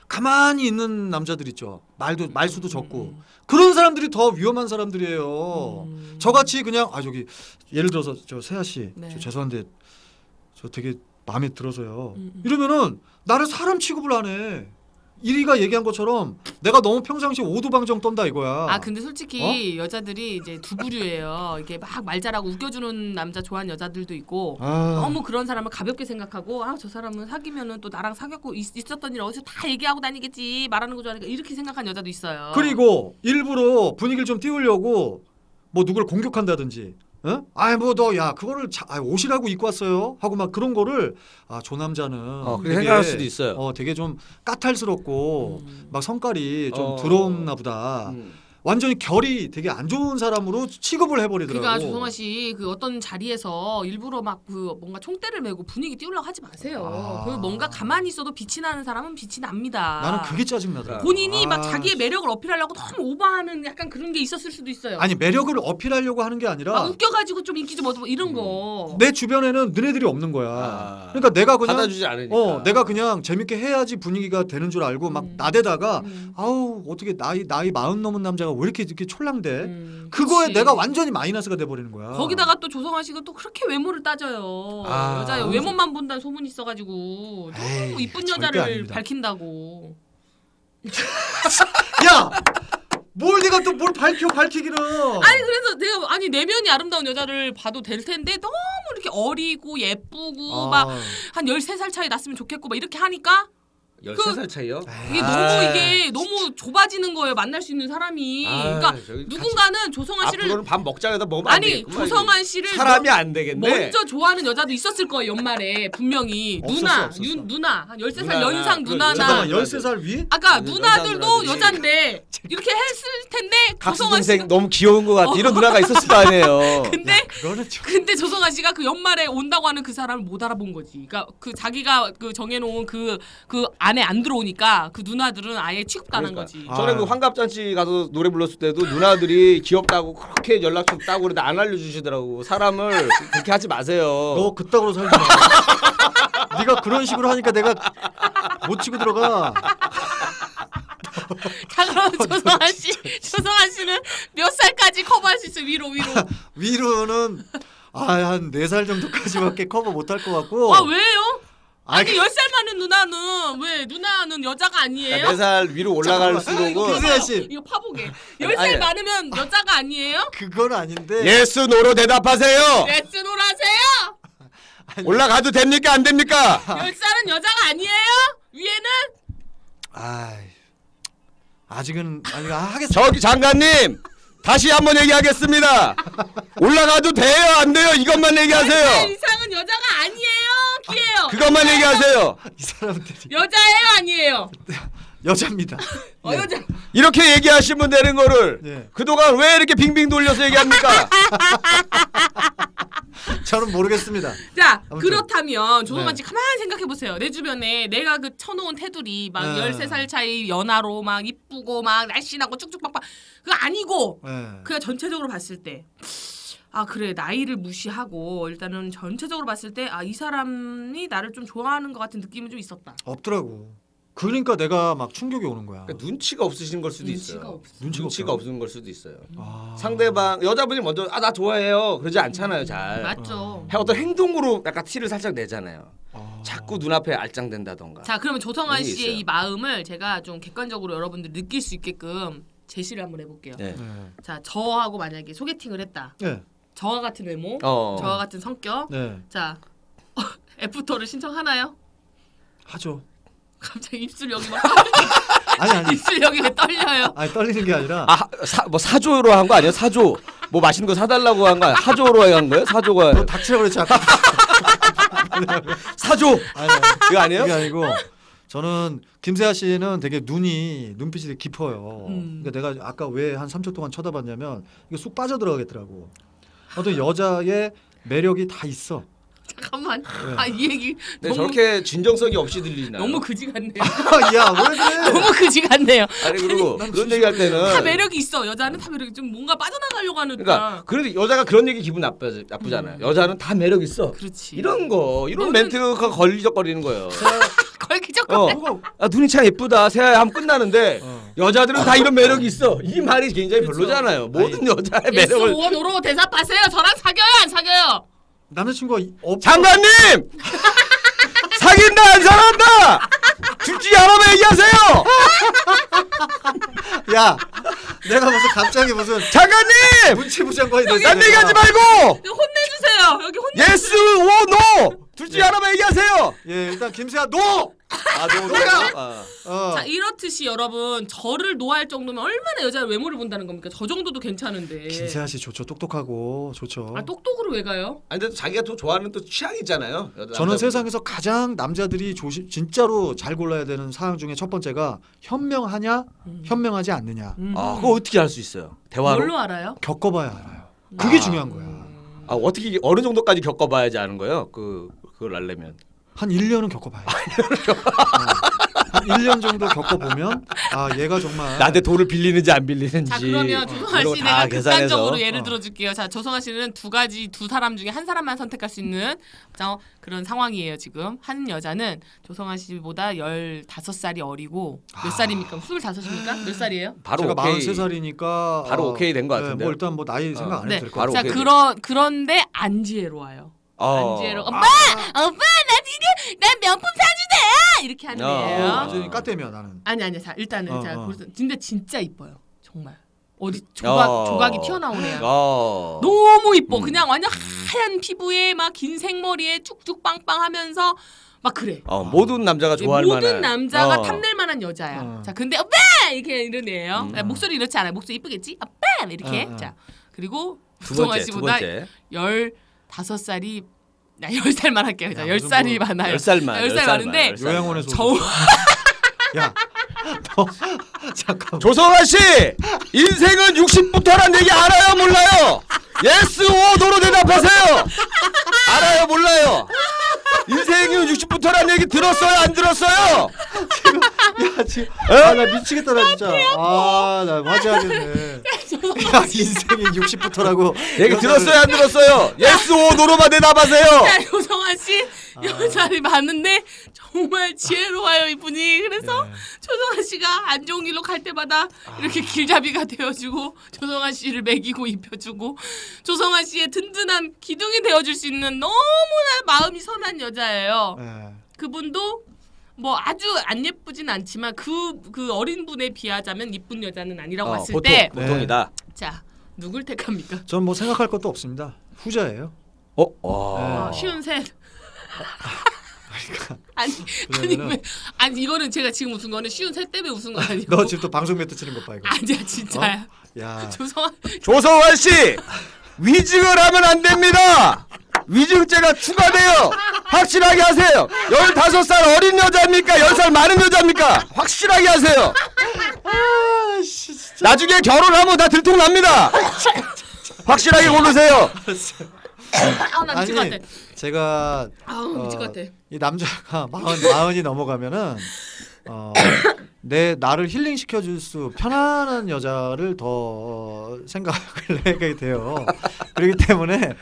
Speaker 2: 가만히 있는 남자들 있죠. 말도 말수도 적고 그런 사람들이 더 위험한 사람들이에요.
Speaker 4: 음.
Speaker 2: 저같이 그냥 아 저기 예를 들어서 저 세아 씨,
Speaker 4: 네.
Speaker 2: 저 죄송한데 저 되게 마음에 들어서요.
Speaker 4: 음, 음.
Speaker 2: 이러면은 나를 사람 취급을 안 해. 이리가 얘기한 것처럼 내가 너무 평상시 오두방정 떤다 이거야.
Speaker 4: 아 근데 솔직히
Speaker 2: 어?
Speaker 4: 여자들이 이제 두 부류예요. 이게 막 말 잘하고 웃겨주는 남자 좋아하는 여자들도 있고
Speaker 2: 아.
Speaker 4: 너무 그런 사람을 가볍게 생각하고 아 저 사람은 사귀면은 또 나랑 사귀었고 있, 있었던 일 어디서 다 얘기하고 다니겠지 말하는 거 좋아하니까 이렇게 생각하는 여자도 있어요.
Speaker 2: 그리고 일부러 분위기를 좀 띄우려고 뭐 누굴 공격한다든지 응? 아이 뭐너 야 그거를 자, 아, 옷이라고 입고 왔어요 하고 막 그런 거를 아 저 남자는
Speaker 3: 어, 그렇게 생각할 수도 있어요. 음.
Speaker 4: 음.
Speaker 2: 어 되게 좀 까탈스럽고 막 성깔이 좀
Speaker 3: 어.
Speaker 2: 더러웠나 보다
Speaker 3: 음.
Speaker 2: 완전히 결이 되게 안 좋은 사람으로 취급을 해버리더라고.
Speaker 4: 그러니까 조성아 씨 그 어떤 자리에서 일부러 막 그 뭔가 총대를 메고 분위기 띄우려고 하지 마세요.
Speaker 2: 아.
Speaker 4: 그 뭔가 가만히 있어도 빛이 나는 사람은 빛이 납니다.
Speaker 2: 나는 그게 아. 짜증 나더라.
Speaker 4: 본인이
Speaker 3: 아.
Speaker 4: 막 자기의 매력을 어필하려고 너무 오버하는 약간 그런 게 있었을 수도 있어요.
Speaker 2: 아니 매력을 어필하려고 하는 게 아니라
Speaker 4: 막 웃겨가지고 좀 인기 좀 얻어 이런 거.
Speaker 3: 음.
Speaker 4: 네.
Speaker 2: 내 주변에는 너네들이 없는 거야.
Speaker 3: 아.
Speaker 2: 그러니까 내가 그냥
Speaker 3: 받아주지 않으니까.
Speaker 2: 어 내가 그냥 재밌게 해야지 분위기가 되는 줄 알고 막
Speaker 4: 그러니까. 음.
Speaker 2: 나대다가
Speaker 4: 음.
Speaker 2: 아우 어떻게 나이 나이 마흔 넘은 남자가 왜 이렇게 이렇게 촐랑대?
Speaker 4: 음,
Speaker 2: 그거에
Speaker 4: 그치.
Speaker 2: 내가 완전히 마이너스가 돼버리는 거야.
Speaker 4: 거기다가 또 조성아 씨가 또 그렇게 외모를 따져요.
Speaker 3: 어. 아.
Speaker 4: 여자 외모만 본다는 소문이 있어가지고 너무
Speaker 2: 에이,
Speaker 4: 이쁜
Speaker 2: 절대
Speaker 4: 여자를
Speaker 2: 아닙니다.
Speaker 4: 밝힌다고.
Speaker 3: 어.
Speaker 2: 야. 뭘 내가 또 뭘 밝혀 밝히기는
Speaker 4: 아니 그래서 내가 아니 내면이 아름다운 여자를 봐도 될 텐데 너무 이렇게 어리고 예쁘고
Speaker 2: 아.
Speaker 4: 뭐 막 한 13살 차이 났으면 좋겠고 막 이렇게 하니까 그
Speaker 3: 13살 차이요?
Speaker 4: 이게 너무 이게 너무 좁아지는 거예요. 만날 수 있는 사람이.
Speaker 3: 아,
Speaker 4: 그러니까
Speaker 3: 저기
Speaker 4: 누군가는 조성아 씨를
Speaker 3: 앞으로는 밥 먹자려다 먹으면 안
Speaker 4: 아니
Speaker 3: 되겠구만,
Speaker 4: 조성아 씨를 뭐
Speaker 3: 이게. 사람이 안 되겠네.
Speaker 4: 먼저 좋아하는 여자도 있었을 거예요 연말에 분명히
Speaker 2: 없었어,
Speaker 4: 누나
Speaker 2: 없었어.
Speaker 4: 윤- 누나 한 13살
Speaker 3: 누나나,
Speaker 4: 연상
Speaker 3: 그
Speaker 4: 누나나
Speaker 2: 잠깐만 13살 위?
Speaker 4: 아까
Speaker 3: 연상
Speaker 4: 누나들도
Speaker 3: 누나들이.
Speaker 4: 여잔데 이렇게 했을 텐데
Speaker 3: 각수
Speaker 4: 조성아 씨가 어.
Speaker 3: 동생 너무 귀여운 것 같아. 이런 누나가 있었을 거 아니에요.
Speaker 4: 근데
Speaker 2: 야, 그거는 좀
Speaker 4: 근데 조성아 씨가 그 연말에 온다고 하는 그 사람을 못 알아본 거지. 그러니까 그 자기가 그 정해놓은 그 그 안에 안 들어오니까 그 누나들은 아예 취급도 안 한 거지.
Speaker 2: 아.
Speaker 3: 저는 그 환갑잔치 가서 노래 불렀을 때도 누나들이 귀엽다고 그렇게 연락처 따고 그러는데 안 알려주시더라고. 사람을 그렇게 하지 마세요.
Speaker 2: 너 그따구로 살지 마. 네가 그런 식으로 하니까 내가 못 치고 들어가.
Speaker 4: 자 그럼 조성아 씨, 조성아 씨는 몇 살까지 커버할 수 있어 위로 위로.
Speaker 2: 위로는 아한4 살 정도까지밖에 커버 못 할 것 같고.
Speaker 4: 아 왜요?
Speaker 2: 아이,
Speaker 4: 아니 열 살 많은 누나는 왜 누나는 여자가 아니에요?
Speaker 3: 네살 위로 올라갈수록
Speaker 2: 잠깐만.
Speaker 3: 은
Speaker 2: 김세현 씨
Speaker 4: 이거 파보게.
Speaker 3: 어. 아니, 아니.
Speaker 4: 10살 많으면 여자가 아니에요?
Speaker 2: 그건 아닌데.
Speaker 3: 예스 노로 대답하세요.
Speaker 4: 레슨 오라세요?
Speaker 3: 올라가도 됩니까 안 됩니까?
Speaker 4: 10살은 여자가 아니에요? 위에는?
Speaker 2: 아 아직은 아니 아, 하겠어.
Speaker 3: 저기 장관님 다시 한번 얘기하겠습니다. 올라가도 돼요 안 돼요 이것만
Speaker 4: 10살
Speaker 3: 얘기하세요.
Speaker 4: 이상은 여자가 아니에요? 기예요?
Speaker 3: 그것만 얘기하세요.
Speaker 2: 이 사람들이
Speaker 4: 여자예요 아니에요?
Speaker 2: 여자입니다.
Speaker 3: 네.
Speaker 4: 어 여자
Speaker 3: 이렇게 얘기하시면 되는 거를
Speaker 2: 예.
Speaker 3: 그동안 왜 이렇게 빙빙 돌려서 얘기합니까?
Speaker 2: 저는 모르겠습니다.
Speaker 4: 자
Speaker 2: 아무튼.
Speaker 4: 그렇다면 조성환
Speaker 2: 네.
Speaker 4: 씨 가만히 생각해 보세요 내 주변에 내가 그 쳐놓은 테두리 막
Speaker 2: 네.
Speaker 4: 13살 차이 연하로 막 이쁘고 막 날씬하고 쭉쭉빡빡 그거 아니고
Speaker 2: 예.
Speaker 4: 그냥 전체적으로 봤을 때 아, 그래. 나이를 무시하고 일단은 전체적으로 봤을 때 아, 이 사람이 나를 좀 좋아하는 것 같은 느낌이 좀 있었다.
Speaker 2: 없더라고. 그러니까 내가 막 충격이 오는 거야.
Speaker 3: 그러니까 눈치가 없으신 걸 수도
Speaker 4: 눈치가
Speaker 3: 있어요.
Speaker 4: 없어.
Speaker 2: 눈치가
Speaker 3: 눈치가
Speaker 2: 없어요?
Speaker 3: 없는 걸 수도 있어요.
Speaker 2: 아.
Speaker 3: 상대방 여자분이 먼저 아 나 좋아해요 그러지 않잖아요 잘.
Speaker 4: 맞죠?
Speaker 3: 해- 어떤 행동으로 약간 티를 살짝 내잖아요.
Speaker 2: 아.
Speaker 3: 자꾸 눈앞에 알짱된다던가.
Speaker 4: 자, 그러면 조성환
Speaker 3: 그런 게 있어요.
Speaker 4: 씨의 이 마음을 제가 좀 객관적으로 여러분들 느낄 수 있게끔 제시를 한번 해 볼게요.
Speaker 3: 예.
Speaker 2: 네.
Speaker 4: 자, 저하고 만약에 소개팅을 했다.
Speaker 2: 네.
Speaker 4: 저와 같은 외모,
Speaker 3: 어.
Speaker 4: 저와 같은 성격.
Speaker 2: 네.
Speaker 4: 자, 애프터를 신청하나요?
Speaker 2: 하죠.
Speaker 4: 갑자기 입술 여기 막
Speaker 2: 아니 아니.
Speaker 4: 입술 여기 왜 떨려요?
Speaker 2: 아니 떨리는 게 아니라
Speaker 3: 아뭐 사조로 한 거 아니에요? 사조 뭐 맛있는 거 사달라고 한 거 아니에요? 사조로 한 거예요? 사조가
Speaker 2: 너 닥치라고 그랬지 아까.
Speaker 3: 사조
Speaker 2: 아니, 아니.
Speaker 3: 이거 아니에요?
Speaker 2: 그게 아니고 저는 김세아 씨는 되게 눈이 눈빛이 되게 깊어요.
Speaker 4: 음.
Speaker 2: 그러니까 내가 아까 왜 한 3초 동안 쳐다봤냐면 이게 쑥 빠져들어가겠더라고. 어떤 여자의 매력이 다 있어.
Speaker 4: 잠깐만. 아, 이 얘기
Speaker 3: 네,
Speaker 4: 너무
Speaker 3: 저렇게 진정성이 없이 들리나요?
Speaker 4: 너무 그지 같네요.
Speaker 2: 야, 왜 그래?
Speaker 4: 너무 그지 같네요.
Speaker 3: 아니 그리고 그런 얘기할 때는
Speaker 4: 다 매력이 있어. 여자는 다 매력이 좀 뭔가 빠져나가려고 하는
Speaker 3: 네. 그러니까
Speaker 4: 그러니까
Speaker 3: 그래도 여자가 그런 얘기 기분 나쁘지 나쁘잖아요. 여자는 다 매력 있어.
Speaker 4: 그렇지.
Speaker 3: 이런 거 이런
Speaker 4: 너는-
Speaker 3: 멘트가 걸리적거리는 거예요.
Speaker 4: 걸기적
Speaker 3: 어,
Speaker 2: 뭐가-
Speaker 3: 아, 눈이 참 예쁘다. 새하야 하면 끝나는데
Speaker 2: 어.
Speaker 3: 여자들은 다 이런 매력이 있어. 이 말이 굉장히 별로잖아요. 모든 여자의 매력을
Speaker 4: 예스오노로 대답하세요. 저랑 사겨요 안 사겨요?
Speaker 2: 남자친구가 없
Speaker 3: 장관님! 사귄다 안 사귄다! 둘 중에 하나만 얘기하세요!
Speaker 2: 야, 내가 무슨 갑자기 무슨
Speaker 3: 장관님!
Speaker 2: 문체부 장관이 됐어.
Speaker 3: 딴 얘기하지 말고!
Speaker 4: 여기 혼내주세요. 여기 혼내.
Speaker 3: 예스 오 노! 둘 중에 하나만 얘기하세요!
Speaker 2: 예, 일단 네. 김세아 노!
Speaker 3: 아 너무
Speaker 2: 누가?
Speaker 3: 아.
Speaker 2: 어.
Speaker 4: 자 이렇듯이 여러분 저를 노할 정도면 얼마나 여자의 외모를 본다는 겁니까? 저 정도도 괜찮은데.
Speaker 2: 김세아 씨 좋죠. 똑똑하고 좋죠.
Speaker 4: 아 똑똑으로 왜 가요?
Speaker 3: 아니 근데 또 자기가 또 좋아하는 또 취향이잖아요. 여자-
Speaker 2: 저는
Speaker 3: 남자분.
Speaker 2: 세상에서 가장 남자들이 조심 진짜로 잘 골라야 되는 사항 중에 첫 번째가 현명하냐 현명하지 않느냐
Speaker 4: 음.
Speaker 3: 아 그거 어떻게 알 수 있어요? 대화로.
Speaker 4: 뭘로 알아요?
Speaker 2: 겪어봐야 알아요. 그게
Speaker 3: 아.
Speaker 2: 중요한 거야.
Speaker 3: 아 어떻게 이게 어느 정도까지 겪어봐야지 아는 거예요? 그 그걸 알려면.
Speaker 2: 한 1년은 겪어봐야
Speaker 3: 아,
Speaker 2: 돼. 어. 한 1년 정도 겪어보면 아 얘가 정말
Speaker 3: 나한테 돈을 빌리는지 안 빌리는지. 어.
Speaker 4: 자 그러면 조성아
Speaker 3: 이런
Speaker 4: 씨
Speaker 3: 거다
Speaker 4: 내가
Speaker 3: 계산해서.
Speaker 4: 극단적으로 예를
Speaker 3: 어.
Speaker 4: 들어줄게요. 자 조성아 씨는 두 가지 두 사람 중에 한 사람만 선택할 수 있는 자, 어, 그런 상황이에요 지금 한 여자는 조성아 씨보다 1 5 살이 어리고
Speaker 3: 아.
Speaker 4: 몇 살입니까? 2 5 살입니까? 몇 살이에요?
Speaker 3: 바로
Speaker 2: 제가
Speaker 3: 오케이.
Speaker 2: 43살이니까
Speaker 3: 바로 오케이 된것 같은데요? 어.
Speaker 2: 뭐 일단 뭐 나이 생각 안 해도
Speaker 4: 네.
Speaker 2: 될 것
Speaker 3: 바로
Speaker 2: 같아요.
Speaker 4: 자
Speaker 3: 오케이.
Speaker 4: 그런 그런데 안 지혜로워요.
Speaker 3: 어.
Speaker 4: 안지혜로 엄마 오빠 나 드디어 나 명품 사주네 이렇게 하는
Speaker 3: 어.
Speaker 4: 애예요.
Speaker 2: 어, 완전히 까땜이야 나는.
Speaker 4: 아니 아니 자 일단은
Speaker 2: 어,
Speaker 4: 자
Speaker 2: 어.
Speaker 4: 그래서- 근데 진짜 이뻐요 정말 어디 조각
Speaker 3: 어.
Speaker 4: 조각이 튀어나오네요.
Speaker 3: 어.
Speaker 4: 너무 이뻐
Speaker 3: 음.
Speaker 4: 그냥 완전 하얀 피부에 막 긴 생머리에 쭉쭉 빵빵하면서 막 그래.
Speaker 3: 어, 모든 남자가 좋아할
Speaker 4: 네,
Speaker 3: 만한
Speaker 4: 모든 남자가
Speaker 3: 어.
Speaker 4: 탐낼 만한 여자야.
Speaker 2: 어.
Speaker 4: 자, 근데 오빠 이렇게 이런 애예요.
Speaker 3: 음.
Speaker 4: 야, 목소리 이렇지 않아요. 목소리 이쁘겠지? 오빠 이렇게.
Speaker 2: 어, 어.
Speaker 4: 자, 그리고
Speaker 3: 두
Speaker 4: 우성아
Speaker 3: 번째 두
Speaker 4: 씨보다
Speaker 3: 번째
Speaker 4: 열 다섯 살이 나 열 살만 할게요.
Speaker 2: 야,
Speaker 4: 자, 열
Speaker 2: 무슨
Speaker 4: 살이
Speaker 2: 뭐-
Speaker 4: 많아요.
Speaker 3: 열 살만
Speaker 4: 열살 많은데
Speaker 3: 열살 많.
Speaker 2: 요양원에서
Speaker 4: 저
Speaker 2: 야, 너 잠깐만.
Speaker 3: 조성아 씨 인생은 60부터란 얘기 알아요 몰라요 예스 오너로 대답하세요 알아요 몰라요 인생은 60부터란 얘기 들었어요 안 들었어요
Speaker 2: 야 지금 아나 미치겠다 나 진짜. 아나 화제하겠네. 야 인생이 60부터라고.
Speaker 3: 얘기 들었어요 안 들었어요 예스 오너로만 대답하세요
Speaker 4: 야, 요성아 씨, 여자를 봤는데 정말 지혜로워요 이분이. 그래서 조성아 씨가 안 좋은 길로 갈 때마다 이렇게 길잡이가 되어주고 조성아 씨를 먹이고 입혀주고 조성아 씨의 든든한 기둥이 되어줄 수 있는 너무나 마음이 선한 여자예요.
Speaker 2: 예.
Speaker 4: 그분도 뭐 아주 안 예쁘진 않지만 그 그 어린 분에 비하자면 이쁜 여자는 아니라고 봤을
Speaker 3: 보통 네.
Speaker 4: 때,
Speaker 3: 보통이다
Speaker 2: 네.
Speaker 4: 자 누굴 택합니까?
Speaker 2: 전 뭐 생각할 것도 없습니다. 후자예요.
Speaker 3: 어? 와
Speaker 2: 네.
Speaker 4: 아, 쉬운 셋. 아니 아니
Speaker 2: 왜냐면은-
Speaker 4: 왜 아니 이거는 제가 지금 웃은 거는 쉬운 셋 때문에 웃은 거 아니고
Speaker 2: 너 지금 어? 또 방송 멘트 치는 것 봐 이거.
Speaker 4: 아니야 진짜야
Speaker 2: 야.
Speaker 4: 조성아
Speaker 3: 조성아 씨 위증을 하면 안 됩니다. 위증죄가 추가돼요. 확실하게 하세요. 15살 어린 여자입니까? 10살 많은 여자입니까? 확실하게 하세요.
Speaker 2: 아씨 진짜.
Speaker 3: 나중에 결혼하면 다 들통납니다. 확실하게 고르세요.
Speaker 4: 아나 미칠 것
Speaker 2: 아니 어.
Speaker 4: 같아
Speaker 2: 제가
Speaker 4: 아 미칠 것 같아
Speaker 2: 이 남자가 마흔 마흔이 넘어가면은 어, 내 나를 힐링 시켜줄 수 편안한 여자를 더 어, 생각을 하게 돼요. 그렇기 때문에